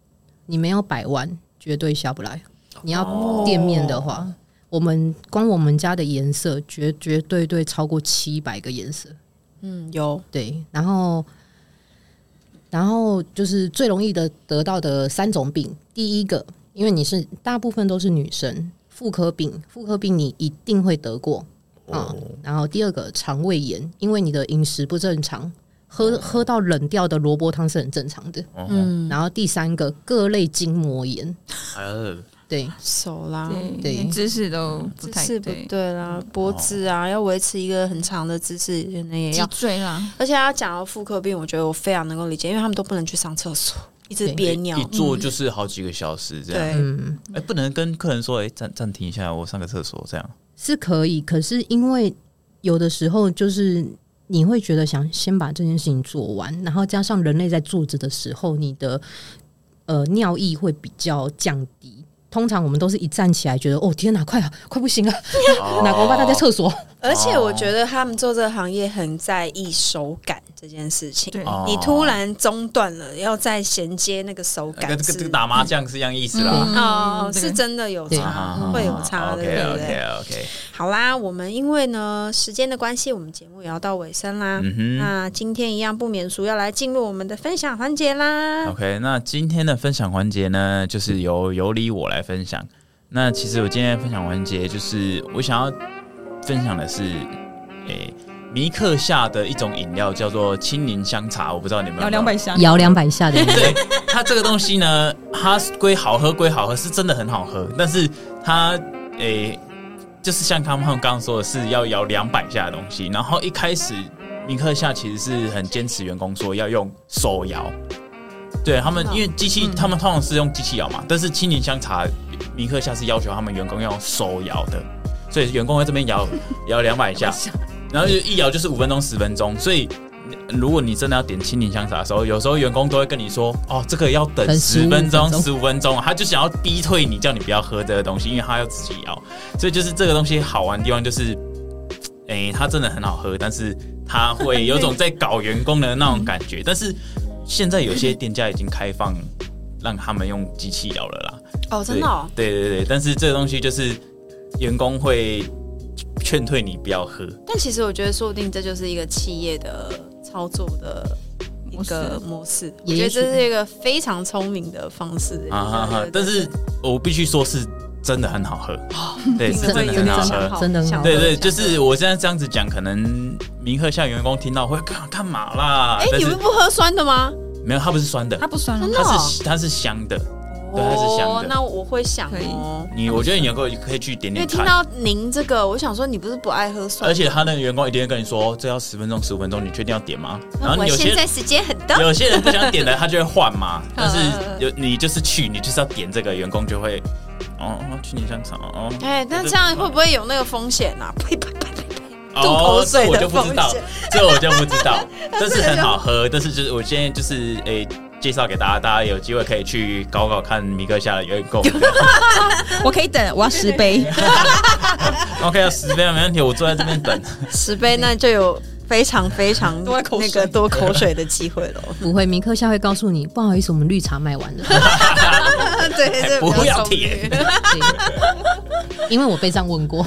[SPEAKER 2] 你没有百万绝对下不来。你要店面的话，我们光我们家的颜色绝绝对对超过七百个颜色。
[SPEAKER 4] 嗯，有
[SPEAKER 2] 对，然后然后就是最容易的得到的三种病，第一个，因为你是大部分都是女生，妇科病，妇科病你一定会得过啊、然后第二个，肠胃炎，因为你的饮食不正常。喝喝到冷掉的萝卜汤是很正常的，嗯，然后第三个各类筋膜炎，
[SPEAKER 3] 呃，
[SPEAKER 2] 对，
[SPEAKER 4] 手啦，
[SPEAKER 2] 对
[SPEAKER 1] 啊知识都不
[SPEAKER 4] 姿
[SPEAKER 1] 太
[SPEAKER 4] 势不对啦，
[SPEAKER 3] 哦
[SPEAKER 4] 脖子啊，要维持一个很长的姿势，可能也
[SPEAKER 1] 脊
[SPEAKER 4] 要。
[SPEAKER 1] 椎啦，
[SPEAKER 4] 而且要讲到妇科病，我觉得我非常能够理解，因为他们都不能去上厕所，一直憋尿
[SPEAKER 3] 一。坐就是好几个小时这样。
[SPEAKER 4] 嗯对，
[SPEAKER 2] 嗯，
[SPEAKER 3] 哎，不能跟客人说，哎，暂暂停一下，我上个厕所这 样。
[SPEAKER 2] 是可以，可是因为有的时候就是你会觉得想先把这件事情做完，然后加上人类在坐着的时候，你的呃尿意会比较降低。通常我们都是一站起来，觉得哦天哪，快啊，快不行了，
[SPEAKER 4] 哦
[SPEAKER 2] 哪个欧巴他在厕 所？
[SPEAKER 4] 而且我
[SPEAKER 3] 哦
[SPEAKER 4] 觉得他们做这个行业很在意手感这件事情。
[SPEAKER 1] 对
[SPEAKER 3] 哦呃
[SPEAKER 4] 你突然中断了，要再衔接那个手感
[SPEAKER 3] 哦跟这
[SPEAKER 4] 是，
[SPEAKER 3] 个这个打麻将是一样意
[SPEAKER 1] 嗯
[SPEAKER 3] 思啦。
[SPEAKER 4] 哦，
[SPEAKER 1] 对
[SPEAKER 4] 是真的有
[SPEAKER 2] 对
[SPEAKER 3] 啊
[SPEAKER 4] 差，会有差的，
[SPEAKER 3] 哦 OK
[SPEAKER 4] 对不对？
[SPEAKER 3] OK OK，
[SPEAKER 4] 好啦，我们因为呢时间的关系，我们节目也要到尾声啦。
[SPEAKER 3] 嗯哼。
[SPEAKER 4] 那今天一样不免俗，要来进入我们的分享环节啦。
[SPEAKER 3] OK，那今天的分享环节呢，就是由由理我来分享。那其实我今天的分享环节就是我想要分享的是，诶、尼克下的一种饮料叫做青柠香茶，我不知道你们
[SPEAKER 1] 要
[SPEAKER 3] 有没有
[SPEAKER 1] 两百箱，
[SPEAKER 2] 摇两百下的，
[SPEAKER 3] 对它这个东西呢，它归好喝归好喝，是真的很好喝，但是它诶、就是像他们刚刚说的是要摇两百下的东西，然后一开始尼克夏其实是很坚持员工说要用手摇，对他们因为机器、他们通常是用机器摇嘛，但是青柠香茶尼克夏是要求他们员工要用手摇的，所以员工在这边摇摇两百下，然后就一摇就是五分钟十分钟，所以。如果你真的要点青柠香茶的时候，有时候员工都会跟你说：“哦，这个要等
[SPEAKER 2] 等
[SPEAKER 3] 十
[SPEAKER 2] 15
[SPEAKER 3] 分钟、
[SPEAKER 2] 分钟
[SPEAKER 3] 十五分钟。”他就想要逼退你，叫你不要喝这个东西，因为他要自己摇。所以就是这个东西好玩的地方就是，哎、它真的很好喝，但是它会有种在搞员工的那种感觉。但是现在有些店家已经开放让他们用机器摇了啦，
[SPEAKER 4] 哦，真的哦，
[SPEAKER 3] 对对对对，但是这个东西就是员工会劝退你不要喝，
[SPEAKER 4] 但其实我觉得，说不定这就是一个企业的操作的一个模式。我
[SPEAKER 2] 也许
[SPEAKER 4] 觉得这是一个非常聪明的方式。
[SPEAKER 3] 啊哈哈
[SPEAKER 4] 对！对
[SPEAKER 3] 但
[SPEAKER 4] 对哦
[SPEAKER 3] 是我必须说是真的很好喝，对，是
[SPEAKER 4] 真的
[SPEAKER 3] 真的很好喝
[SPEAKER 4] 真的很。好
[SPEAKER 2] 真的很好
[SPEAKER 3] 对对，就是我现在这样子讲，可能明鹤下员工听到会干干嘛啦？
[SPEAKER 4] 哎，
[SPEAKER 3] 但
[SPEAKER 4] 你
[SPEAKER 3] 是
[SPEAKER 4] 们不喝酸的吗？
[SPEAKER 3] 没有，它不是酸的
[SPEAKER 1] 它，不酸了，啊
[SPEAKER 4] 真的
[SPEAKER 3] 它
[SPEAKER 4] 哦
[SPEAKER 3] 是它是香的，对它是香的
[SPEAKER 4] 那我会想哦，
[SPEAKER 3] 你我觉得你能够可以去点
[SPEAKER 4] 因为
[SPEAKER 3] 点
[SPEAKER 4] 听
[SPEAKER 3] 看。
[SPEAKER 4] 到您这个，我想说你不是不爱喝酸
[SPEAKER 3] 而，且他那个员工一定会跟你说，这要十分钟、十五分钟，你确定要点吗？然后
[SPEAKER 5] 我
[SPEAKER 3] 有些
[SPEAKER 5] 现在时间很短，
[SPEAKER 3] 有些人不想点的，他就会换 嘛。但是
[SPEAKER 4] 呃
[SPEAKER 3] 有你就是去，你就是要点这个，员工就会哦，哦去你香肠哦。
[SPEAKER 4] 哎，那这样会不会有那个风险啊？呸呸呸呸！
[SPEAKER 3] 哦
[SPEAKER 4] 吐口水的
[SPEAKER 3] 这我就不知道
[SPEAKER 4] 风险，
[SPEAKER 3] 这我就不知 道。但是很好喝，但是就是我现在就是诶、介绍给大家，大家有机会可以去搞搞看米克夏的员 工。
[SPEAKER 1] 我可以等，我要十杯。
[SPEAKER 3] OK，要十分没问题，我坐在这边等。
[SPEAKER 4] 十杯那就有非常非常
[SPEAKER 1] 多口水
[SPEAKER 4] 那个多口水的机会了。
[SPEAKER 2] 不会，明克夏会告诉你，不好意思，我们绿茶卖完了，
[SPEAKER 4] 对，这
[SPEAKER 3] 不要
[SPEAKER 4] 考虑
[SPEAKER 3] 舔。
[SPEAKER 2] 对因为我被这样问过。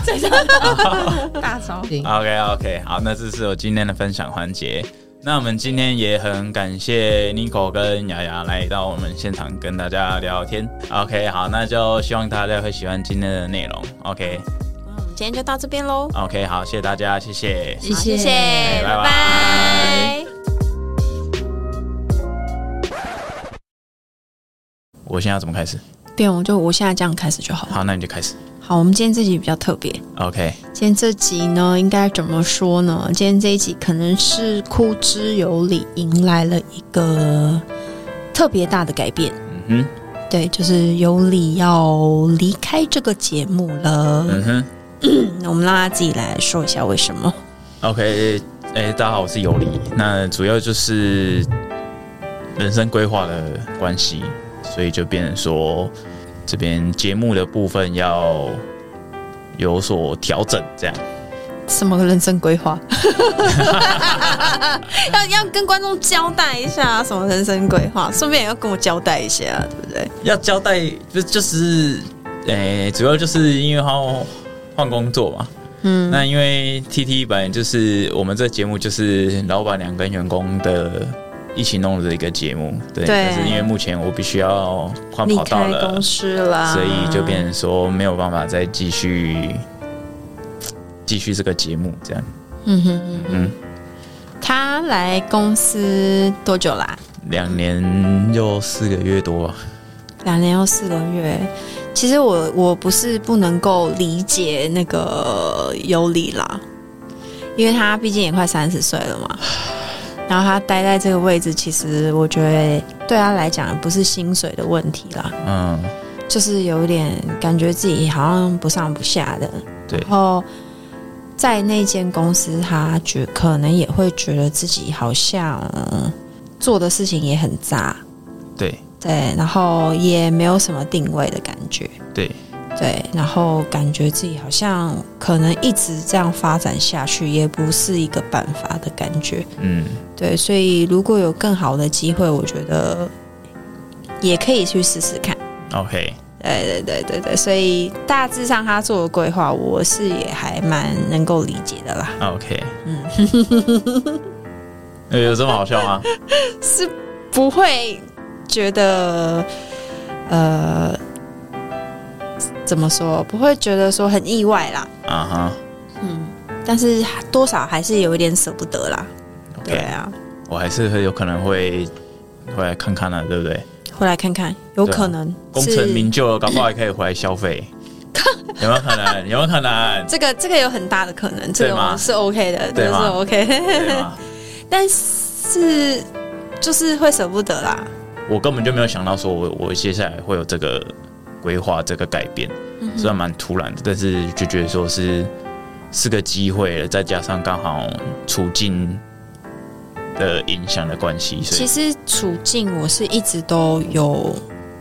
[SPEAKER 1] 大招，
[SPEAKER 2] 对，
[SPEAKER 3] 啊 OK OK，好，那这是我今天的分享环节。那我们今天也很感谢 Nico 跟雅雅来到我们现场跟大家聊天。OK，好，那就希望大家会喜欢今天的内容。OK
[SPEAKER 4] 嗯今天就到这边喽，
[SPEAKER 3] OK，好，谢谢大家，谢谢。
[SPEAKER 1] 谢
[SPEAKER 4] 好谢谢，拜
[SPEAKER 3] 拜
[SPEAKER 4] 拜。
[SPEAKER 3] 我现在要怎么开始？
[SPEAKER 4] 对，我就我现在这样开始就好了。
[SPEAKER 3] 好，那你就开始。
[SPEAKER 4] 好，我们今天这集比较特别，
[SPEAKER 3] OK，
[SPEAKER 4] 今天这集呢，应该怎么说呢？今天这一集可能是哭之有理迎来了一个特别大的改变，
[SPEAKER 3] 嗯哼，
[SPEAKER 4] 对，就是有理要离开这个节目了。
[SPEAKER 3] 嗯哼
[SPEAKER 4] 那我们让他自己来说一下为什么。
[SPEAKER 3] ，OK，哎、大家好，我是尤里。那主要就是人生规划的关系，所以就变成说这边节目的部分要有所调整，这样。
[SPEAKER 4] 什么人生规划？ 要要跟观众交代一下什么人生规划，顺便也要跟我交代一下，啊对不对？
[SPEAKER 3] 要交代，就就是，诶、主要就是因为他换工作嘛。嗯，那因为 TT 本来就是我们这节目就是老板娘跟员工的一起弄的一个节目，对。
[SPEAKER 4] 对
[SPEAKER 3] 但是因为目前我必须要换
[SPEAKER 4] 离
[SPEAKER 3] 跑道
[SPEAKER 4] 开
[SPEAKER 3] 了
[SPEAKER 4] 公，司啦，
[SPEAKER 3] 所以就变成说没有办法再继续继续这个节目这样。
[SPEAKER 4] 嗯哼嗯
[SPEAKER 3] 嗯，
[SPEAKER 4] 他来公司多久啦、
[SPEAKER 3] 两年又四个月多吧。
[SPEAKER 4] 两年又四个月。其实我我不是不能够理解那个尤里啦，因为他毕竟也快三十岁了嘛。然后他待在这个位置，其实我觉得对他来讲不是薪水的问题啦，
[SPEAKER 3] 嗯，
[SPEAKER 4] 就是有一点感觉自己好像不上不下的。
[SPEAKER 3] 对
[SPEAKER 4] 然后在那间公司，他觉可能也会觉得自己好像呃做的事情也很杂，
[SPEAKER 3] 对
[SPEAKER 4] 对，然后也没有什么定位的感觉，
[SPEAKER 3] 对，
[SPEAKER 4] 对，然后感觉自己好像可能一直这样发展下去也不是一个办法的感觉，
[SPEAKER 3] 嗯，
[SPEAKER 4] 对，所以如果有更好的机会，我觉得也可以去试试看。
[SPEAKER 3] OK，
[SPEAKER 4] 对对对对对，所以大致上他做的规划，我是也还蛮能够理解的啦。
[SPEAKER 3] 啊 OK，嗯， 有这么好笑吗？
[SPEAKER 4] 是不会觉得呃怎么说，不会觉得说很意外啦，
[SPEAKER 3] 啊哈
[SPEAKER 4] 但是多少还是有一点舍不得啦。对
[SPEAKER 3] ，OK，
[SPEAKER 4] 啊，
[SPEAKER 3] 我还是很有可能会回来看看了、对不对？
[SPEAKER 4] 回来看看，有
[SPEAKER 3] 对啊
[SPEAKER 4] 可能
[SPEAKER 3] 功
[SPEAKER 4] 是
[SPEAKER 3] 成名就了，搞不好还可以回来消 费，有没有可能？有没有可能？
[SPEAKER 4] 这个这个有很大的可能，这
[SPEAKER 3] 对
[SPEAKER 4] 个
[SPEAKER 3] 吗
[SPEAKER 4] 我是 OK 的，这
[SPEAKER 3] 对
[SPEAKER 4] 个
[SPEAKER 3] 吗
[SPEAKER 4] 是 OK，
[SPEAKER 3] 对吗？
[SPEAKER 4] 但是就是会舍不得啦。
[SPEAKER 3] 我根本就没有想到说我我接下来会有这个规划，这个改变，
[SPEAKER 4] 嗯
[SPEAKER 3] 虽然蛮突然的，但是就觉得说是是个机会了，再加上刚好处境的影响的关系，所
[SPEAKER 4] 其
[SPEAKER 3] 以
[SPEAKER 4] 实处境我是一直都有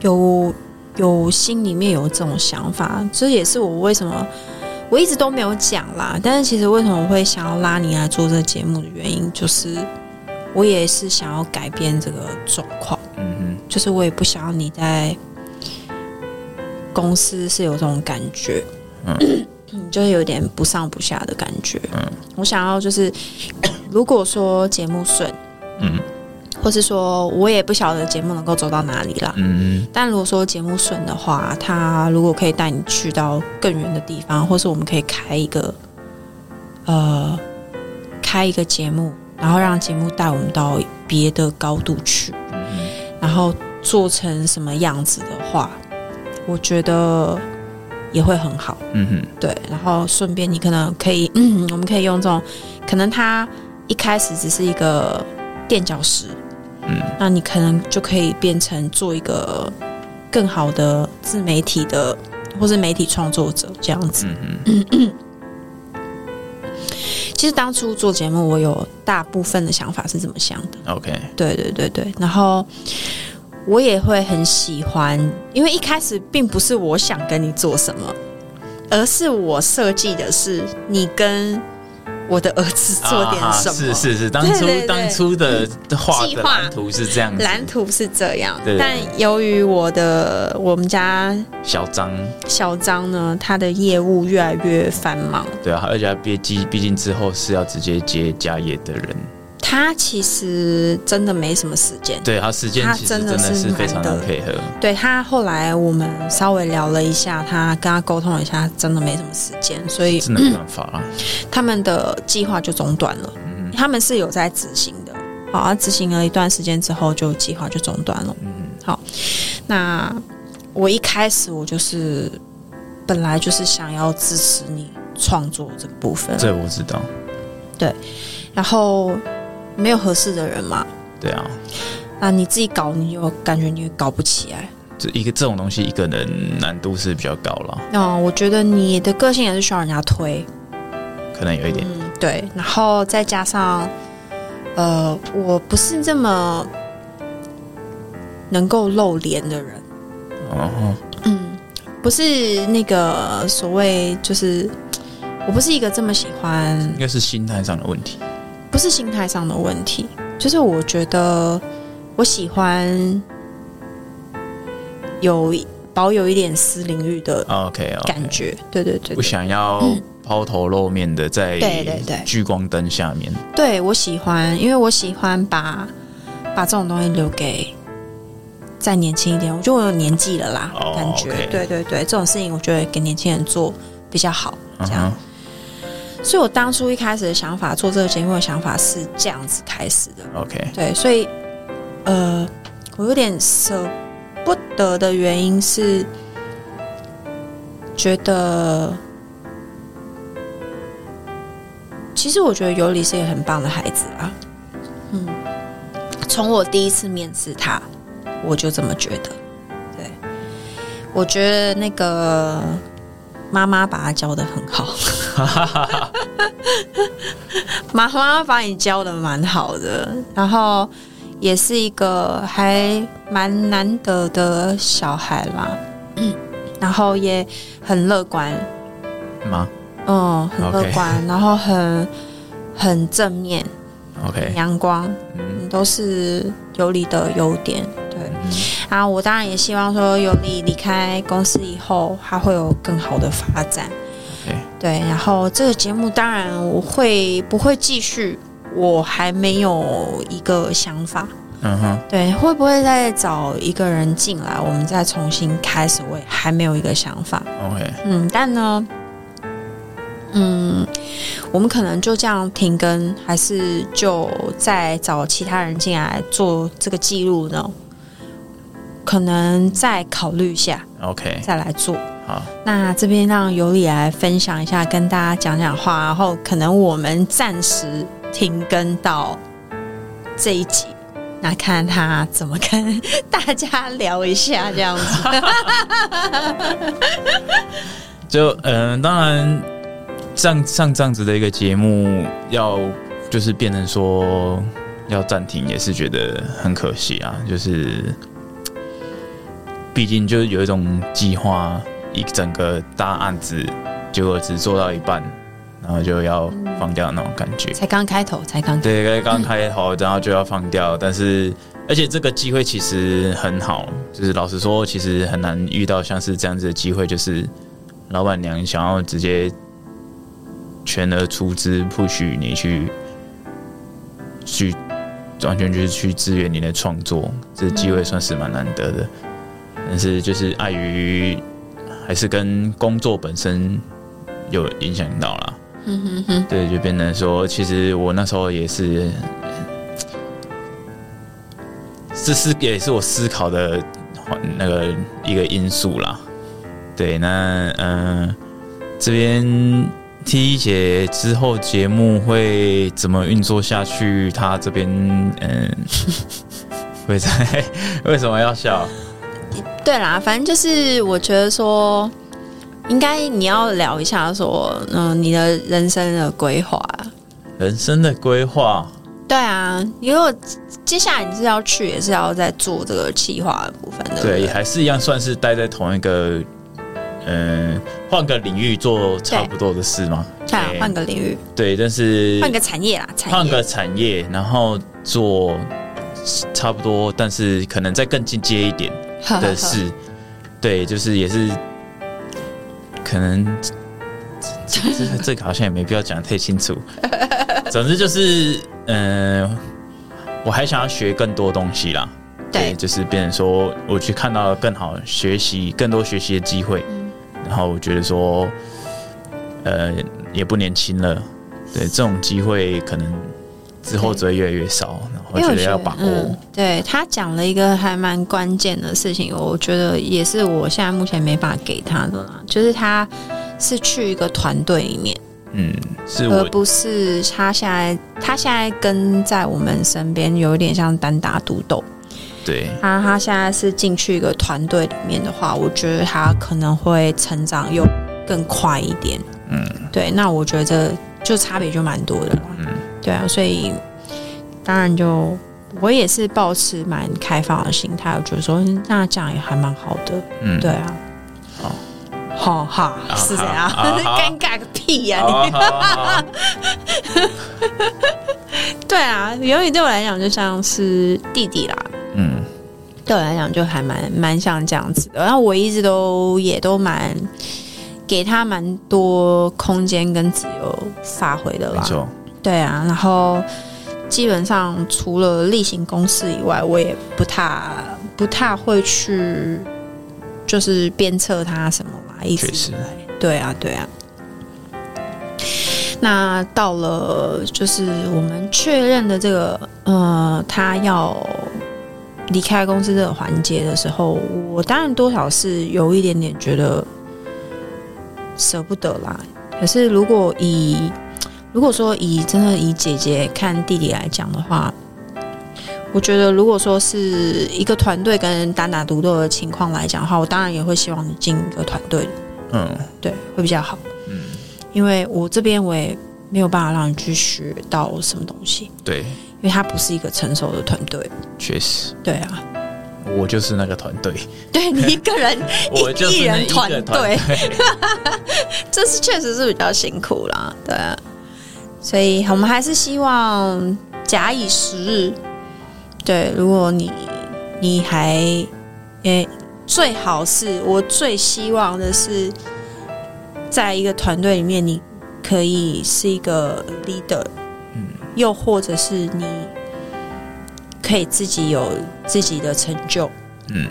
[SPEAKER 4] 有有心里面有这种想法，这也是我为什么我一直都没有讲啦。但是其实为什么我会想要拉你来做这个节目的原因，就是我也是想要改变这个状况，
[SPEAKER 3] 嗯
[SPEAKER 4] 就是我也不想要你在公司是有这种感觉，嗯， 就是有点不上不下的感觉。嗯，我想要就是 如果说节目顺。
[SPEAKER 3] 哼，嗯
[SPEAKER 4] 或是说我也不晓得节目能够走到哪里啦。
[SPEAKER 3] 嗯
[SPEAKER 4] 但如果说节目顺的话，它如果可以带你去到更远的地方，或是我们可以开一个呃开一个节目，然后让节目带我们到别的高度去。
[SPEAKER 3] 嗯嗯
[SPEAKER 4] 然后做成什么样子的话，我觉得也会很好。
[SPEAKER 3] 嗯哼，
[SPEAKER 4] 对，然后顺便你可能可以，嗯，我们可以用这种，可能它一开始只是一个垫脚石，
[SPEAKER 3] 嗯，
[SPEAKER 4] 那你可能就可以变成做一个更好的自媒体的或是媒体创作者这样子。
[SPEAKER 3] 嗯哼，
[SPEAKER 4] 其实当初做节目，我有大部分的想法是这么想的，
[SPEAKER 3] OK，
[SPEAKER 4] 对对对对，然后。我也会很喜欢，因为一开始并不是我想跟你做什么，而是我设计的是你跟我的儿子做点
[SPEAKER 3] 啊
[SPEAKER 4] 什么。
[SPEAKER 3] 是是是，当
[SPEAKER 4] 对
[SPEAKER 3] 初
[SPEAKER 4] 对对
[SPEAKER 3] 当初的画
[SPEAKER 4] 计
[SPEAKER 3] 的
[SPEAKER 4] 划嗯
[SPEAKER 3] 蓝图是这样子，
[SPEAKER 4] 蓝图是这样
[SPEAKER 3] 对，
[SPEAKER 4] 但由于我的我们家
[SPEAKER 3] 小张，
[SPEAKER 4] 小张呢，他的业务越来越繁忙，
[SPEAKER 3] 对啊，而且他毕竟毕竟之后是要直接接家业的人，
[SPEAKER 4] 他其实真的没什么时间。
[SPEAKER 3] 对他时间
[SPEAKER 4] 他
[SPEAKER 3] 其实
[SPEAKER 4] 真
[SPEAKER 3] 真
[SPEAKER 4] 的
[SPEAKER 3] 的是
[SPEAKER 4] 是
[SPEAKER 3] 非
[SPEAKER 4] 蛮
[SPEAKER 3] 常难
[SPEAKER 4] 的
[SPEAKER 3] 配合，
[SPEAKER 4] 对他后来我们稍微聊了一下，他跟他沟通了一下，真的没什么时间，所以
[SPEAKER 3] 真的没办法啊，
[SPEAKER 4] 他们的计划就中断了。
[SPEAKER 3] 嗯
[SPEAKER 4] 他们是有在执行的，好，啊执行了一段时间之后，就计划就中断了。
[SPEAKER 3] 嗯
[SPEAKER 4] 那我一开始我就是本来就是想要支持你创作这个部分
[SPEAKER 3] 哼，，这我知道，
[SPEAKER 4] 然后没有合适的人嘛，
[SPEAKER 3] 对啊，
[SPEAKER 4] 那你自己搞，你就感觉你搞不起来。
[SPEAKER 3] 这一个这种东西一个人难度是比较高了，
[SPEAKER 4] 那我觉得你的个性也是需要人家推，
[SPEAKER 3] 可能有一点，
[SPEAKER 4] 嗯，对，然后再加上，呃，我不是这么能够露脸的人，
[SPEAKER 3] 哦，
[SPEAKER 4] 嗯，不是那个所谓就是，呃我不是一个这么喜欢
[SPEAKER 3] 应，该是心态上的问题，
[SPEAKER 4] 不是心态上的问题，就是我觉得我喜欢有保有一点私领域的
[SPEAKER 3] OK 哦，
[SPEAKER 4] 感觉，对对对
[SPEAKER 3] 不想要抛头露面的在
[SPEAKER 4] 对对对
[SPEAKER 3] 聚光灯下面，
[SPEAKER 4] 对我喜欢，因为我喜欢把把这种东西留给再年轻一点。我觉得我有年纪了啦，
[SPEAKER 3] 哦
[SPEAKER 4] 感觉
[SPEAKER 3] OK
[SPEAKER 4] 对对对，这种事情我觉得给年轻人做比较好，
[SPEAKER 3] 嗯
[SPEAKER 4] 这样
[SPEAKER 3] 哼。，
[SPEAKER 4] 所以我当初一开始的想法，做这个节目的想法是这样子开始的。
[SPEAKER 3] OK，
[SPEAKER 4] 对，所以呃，我有点舍不得的原因是，觉得其实我觉得尤里是一个很棒的孩子啊。嗯，从我第一次面试他，我就这么觉得。对，我觉得那个妈妈把他教的很好。妈妈把你教的蛮好的，然后也是一个还蛮难得的小孩啦，然后也很乐观，
[SPEAKER 3] 吗
[SPEAKER 4] 嗯，很乐
[SPEAKER 3] OK
[SPEAKER 4] 观然后很很正面、
[SPEAKER 3] ？OK，
[SPEAKER 4] 阳光，
[SPEAKER 3] 嗯
[SPEAKER 4] 嗯都是尤里的优点。对，
[SPEAKER 3] 嗯
[SPEAKER 4] 啊，我当然也希望说尤里离开公司以后，他会有更好的发展。
[SPEAKER 3] ，OK，
[SPEAKER 4] 对，然后这个节目当然我会不会继续，我还没有一个想法。
[SPEAKER 3] 嗯哼，
[SPEAKER 4] 对，会不会再找一个人进来，我们再重新开始？我也还没有一个想法。
[SPEAKER 3] OK，
[SPEAKER 4] 嗯，但呢，嗯，我们可能就这样停更，还是就再找其他人进来做这个记录呢？可能再考虑一下，
[SPEAKER 3] OK，
[SPEAKER 4] 再来做。
[SPEAKER 3] 好，
[SPEAKER 4] 那这边让尤里来分享一下，跟大家讲讲话，然后可能我们暂时停更到这一集，那看他怎么跟 大家聊一下这样子。
[SPEAKER 3] 就嗯、呃当然像像这样子的一个节目，要就是变成说要暂停，也是觉得很可惜啊。就是毕竟就是有一种计划，一整个大案子，结果只做到一半，然后就要放掉那种感觉。
[SPEAKER 4] 才刚开头，才刚开
[SPEAKER 3] 对，刚开头，然后就要放掉，但是而且这个机会其实很好，就是老实说，其实很难遇到像是这样子的机会，就是老板娘想要直接全额出资，不许你去去完全就是去支援你的创作，这机
[SPEAKER 4] 嗯
[SPEAKER 3] 会算是蛮难得的，但是就是碍于还是跟工作本身有影响到啦。对，就变成说，其实我那时候也是，这是也是我思考的那个一个因素啦。对，那嗯、呃这边 T 姐之后节目会怎么运作下去？她这边嗯， 会在 为什么要笑？
[SPEAKER 4] 对啦，反正就是我觉得说，应该你要聊一下说，嗯、你的人生的规划。
[SPEAKER 3] 人生的规划，
[SPEAKER 4] 对啊，如果接下来你是要去，也是要在做这个企划的部分，对不
[SPEAKER 3] 对，
[SPEAKER 4] 对？啊
[SPEAKER 3] 还是一样算是待在同一个，嗯、换个领域做差不多的事吗？
[SPEAKER 4] 对啊
[SPEAKER 3] 哎，
[SPEAKER 4] 换个领域，
[SPEAKER 3] 对，但是
[SPEAKER 4] 换个产业啦，产业。
[SPEAKER 3] 换个产业，然后做差不多，但是可能再更进阶一点
[SPEAKER 4] 呵呵呵
[SPEAKER 3] 的 事。对，就是也是可能 这这这这个好像也没必要讲得太清楚。总之就是，嗯、我还想要学更多东西啦。
[SPEAKER 4] 对
[SPEAKER 3] 就是变成说，我去看到更好学习、更多学习的机会，
[SPEAKER 4] 嗯
[SPEAKER 3] 然后我觉得说，呃，也不年轻了，对，这种机会可能之后只会越来越少，然后
[SPEAKER 4] 因为
[SPEAKER 3] 觉
[SPEAKER 4] 我
[SPEAKER 3] 得
[SPEAKER 4] 觉得
[SPEAKER 3] 要把握。
[SPEAKER 4] 嗯、对他讲了一个还蛮关键的事情，我觉得也是我现在目前没办法给他的啦，就是他是去一个团队里面，
[SPEAKER 3] 嗯，是
[SPEAKER 4] 而
[SPEAKER 3] 我
[SPEAKER 4] 不是他现在他现在跟在我们身边有一点像单打独斗。
[SPEAKER 3] 对，
[SPEAKER 4] 他他现在是进去一个团队里面的话，我觉得他可能会成长又更快一点。嗯，对，那我觉得就差别就蛮多的了。嗯，对啊，所以当然就我也是保持蛮开放的心态，我觉得说嗯那这样也还蛮好的。
[SPEAKER 3] 嗯，
[SPEAKER 4] 对啊，
[SPEAKER 3] 好
[SPEAKER 4] 好，哈
[SPEAKER 3] 啊
[SPEAKER 4] 哈，是怎样？
[SPEAKER 3] 好好
[SPEAKER 4] 尴尬个屁呀、
[SPEAKER 3] 好
[SPEAKER 4] 你！
[SPEAKER 3] 啊，好啊，好啊
[SPEAKER 4] 对啊，由于对我来讲就像是弟弟啦，
[SPEAKER 3] 嗯，
[SPEAKER 4] 对我来讲就还蛮蛮像这样子的。然后我一直都也都蛮给他蛮多空间跟自由发挥的
[SPEAKER 3] 没
[SPEAKER 4] 啦。
[SPEAKER 3] 错，
[SPEAKER 4] 对啊，然后基本上除了例行公事以外，我也不太不太会去就是鞭策他什么嘛，一直
[SPEAKER 3] 确实
[SPEAKER 4] 以来对啊，对啊。那到了就是我们确认的这个呃，他要离开公司这个环节的时候，我当然多少是有一点点觉得舍不得啦。可是如果以如果说以真的以姐姐看弟弟来讲的话，我觉得如果说是一个团队跟单打独斗的情况来讲的话，我当然也会希望你进一个团队里
[SPEAKER 3] 嗯
[SPEAKER 4] 对，会比较好。
[SPEAKER 3] 嗯，
[SPEAKER 4] 因为我这边我也没有办法让你去学到什么东西，
[SPEAKER 3] 对，
[SPEAKER 4] 因为它不是一个成熟的团队。
[SPEAKER 3] 确实，
[SPEAKER 4] 对啊，
[SPEAKER 3] 我就是那个团 队，
[SPEAKER 4] 对你一个人
[SPEAKER 3] 我就
[SPEAKER 4] 一
[SPEAKER 3] 是那
[SPEAKER 4] 人
[SPEAKER 3] 一个
[SPEAKER 4] 团
[SPEAKER 3] 团
[SPEAKER 4] 队，
[SPEAKER 3] 队，
[SPEAKER 4] 这是确实是比较辛苦啦。对啊，所以我们还是希望假以时日，对，如果你你还诶、最好是我最希望的是，在一个团队里面，你可以是一个 leader，
[SPEAKER 3] 嗯
[SPEAKER 4] 又或者是你可以自己有自己的成就，
[SPEAKER 3] 嗯，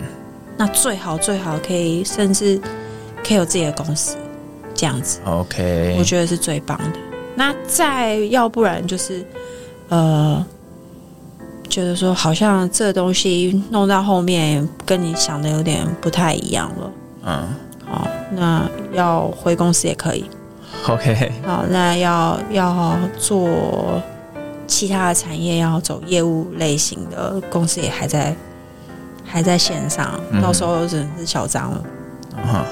[SPEAKER 4] 那最好最好可以甚至可以有自己的公司，这样子，
[SPEAKER 3] OK，
[SPEAKER 4] 我觉得是最棒的。那再要不然就是，呃，觉得说好像这东西弄到后面跟你想的有点不太一样了。
[SPEAKER 3] 嗯
[SPEAKER 4] 好，那要回公司也可以。
[SPEAKER 3] ，OK，
[SPEAKER 4] 好，那要要做其他的产业，要走业务类型的公司也还在还在线上，
[SPEAKER 3] 嗯
[SPEAKER 4] 到时候只能是小张了。
[SPEAKER 3] 嗯哼，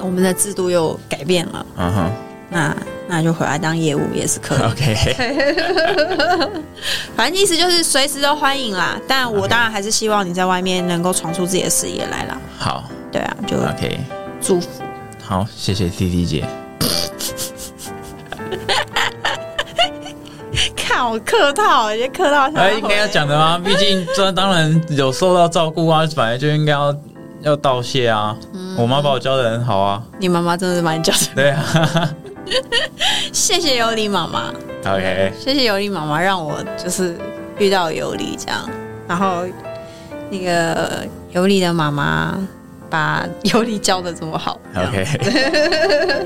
[SPEAKER 4] 我们的制度又改变了，
[SPEAKER 3] 嗯哼。
[SPEAKER 4] 那那就回来当业务也是可以。
[SPEAKER 3] OK，
[SPEAKER 4] 反正意思就是随时都欢迎啦，但我当然还是希望你在外面能够闯出自己的事业来啦。
[SPEAKER 3] 好
[SPEAKER 4] 对啊，就
[SPEAKER 3] ，OK，
[SPEAKER 4] 祝福。
[SPEAKER 3] 好，谢谢 T T 姐。
[SPEAKER 4] 看我客套，我觉得客套才
[SPEAKER 3] 哎，应该要讲的吗？毕竟这当然有受到照顾啊，本来就应该要要道谢啊。
[SPEAKER 4] 嗯
[SPEAKER 3] 我妈把我教的很好啊，
[SPEAKER 4] 你妈妈真的是把 你叫成，
[SPEAKER 3] 对啊。
[SPEAKER 4] 谢谢有你妈妈。
[SPEAKER 3] OK，
[SPEAKER 4] 谢谢尤里妈妈让我就是遇到尤里这样，然后那个尤里的妈妈把尤里教的这么好
[SPEAKER 3] OK，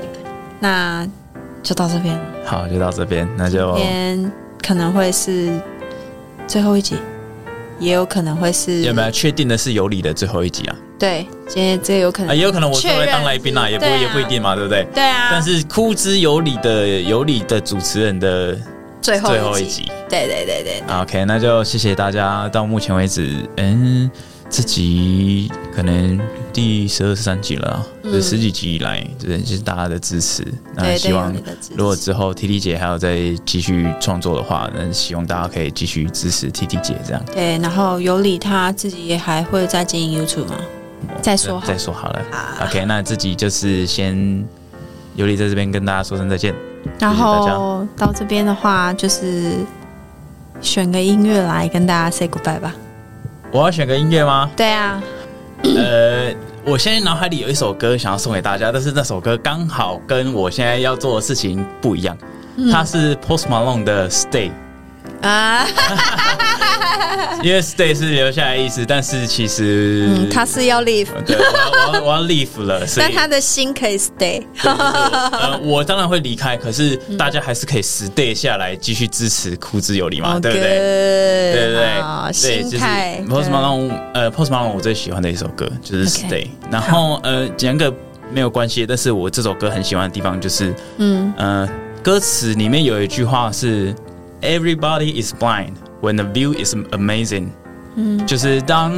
[SPEAKER 4] 那就到这边了，
[SPEAKER 3] 好，哦就到这边，那就
[SPEAKER 4] 今天可能会是最后一集，也有可能会是
[SPEAKER 3] 有没有确定的是有理的最后一集啊？
[SPEAKER 4] 对，今天这有可
[SPEAKER 3] 啊，
[SPEAKER 4] 能
[SPEAKER 3] 也有可能我作为当来宾啦，也不
[SPEAKER 4] 对啊
[SPEAKER 3] 也不一定嘛，对不对？
[SPEAKER 4] 对啊，
[SPEAKER 3] 但是哭之有理的有理的主持人的
[SPEAKER 4] 最后
[SPEAKER 3] 最后一
[SPEAKER 4] 一
[SPEAKER 3] 集，
[SPEAKER 4] 对对对对，
[SPEAKER 3] 啊 OK，那就谢谢大家到目前为止，嗯，这集可能第十二、十三集了啊，这、十几集以来，真的是大家的支持。那
[SPEAKER 4] 对
[SPEAKER 3] 希望
[SPEAKER 4] 对有你的支持
[SPEAKER 3] 如果之后 T T 姐还有再继续创作的话，那希望大家可以继续支持 T T 姐这样。
[SPEAKER 5] 对，然后有理他自己也还会再经营 YouTube 吗？再说好
[SPEAKER 3] 哦再说好了。OK，那这集就是先尤里在这边跟大家说声再见。
[SPEAKER 5] 然
[SPEAKER 3] 谢谢大
[SPEAKER 5] 后到这边的话，就是选个音乐来跟大家 say goodbye 吧。
[SPEAKER 3] 我要选个音乐吗？
[SPEAKER 5] 对啊，
[SPEAKER 3] 呃，我现在脑海里有一首歌想要送给大家，但是那首歌刚好跟我现在要做的事情不一样。
[SPEAKER 4] 嗯
[SPEAKER 3] 它是 Post Malone 的 Stay 啊，因为 Stay 是留下来的意思，但是其实、呃
[SPEAKER 4] 嗯，他是要 leave，
[SPEAKER 3] 对我要我要我 要 leave 了，所以
[SPEAKER 4] 但他的心可以 stay。
[SPEAKER 3] 呃，我当然会离开，可是
[SPEAKER 4] 嗯
[SPEAKER 3] 大家还是可以 stay 下来继续支持哭之有理嘛，啊对不对？
[SPEAKER 4] 哦对
[SPEAKER 3] 对对对，
[SPEAKER 4] 好
[SPEAKER 3] 对，
[SPEAKER 4] 啊心
[SPEAKER 3] 就是
[SPEAKER 4] 态
[SPEAKER 3] Post Malone，呃，Post Malone 我最喜欢的一首歌就是
[SPEAKER 5] OK
[SPEAKER 3] Stay，然后呃，讲个没有关系，但是我这首歌很喜欢的地方就是，嗯呃，歌词里面有一句话是 Everybody is blind when the view is amazing，嗯，就是当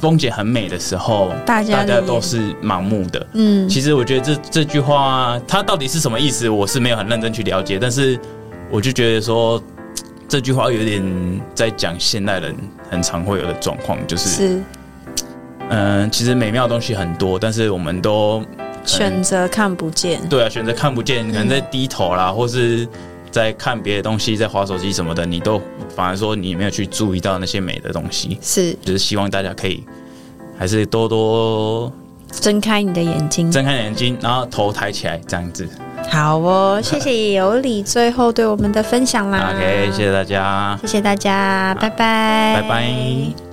[SPEAKER 3] 风景很美的时候，
[SPEAKER 5] 大家的眼
[SPEAKER 3] 都是盲目的，嗯，其实我觉得这这句话它到底是什么意思，我是没有很认真去了解，但是我就觉得说。这句话有点在讲现代人很常会有的状况，就是
[SPEAKER 5] 是
[SPEAKER 3] 嗯、其实美妙的东西很多，但是我们都
[SPEAKER 5] 选择看不见。
[SPEAKER 3] 对啊，选择看不见，可能在低头
[SPEAKER 5] 嗯
[SPEAKER 3] 啦，或是在看别的东西，在划手机什么的，你都反而说你没有去注意到那些美的东西。
[SPEAKER 5] 是
[SPEAKER 3] 就是希望大家可以还是多多
[SPEAKER 5] 睁开你的眼睛。
[SPEAKER 3] 睁开眼睛，然后头抬起来，这样子。
[SPEAKER 5] 好哦，谢谢有理最后 对我们的分享啦。
[SPEAKER 3] OK，谢谢大家，
[SPEAKER 5] 谢谢大家，拜拜，
[SPEAKER 3] 拜拜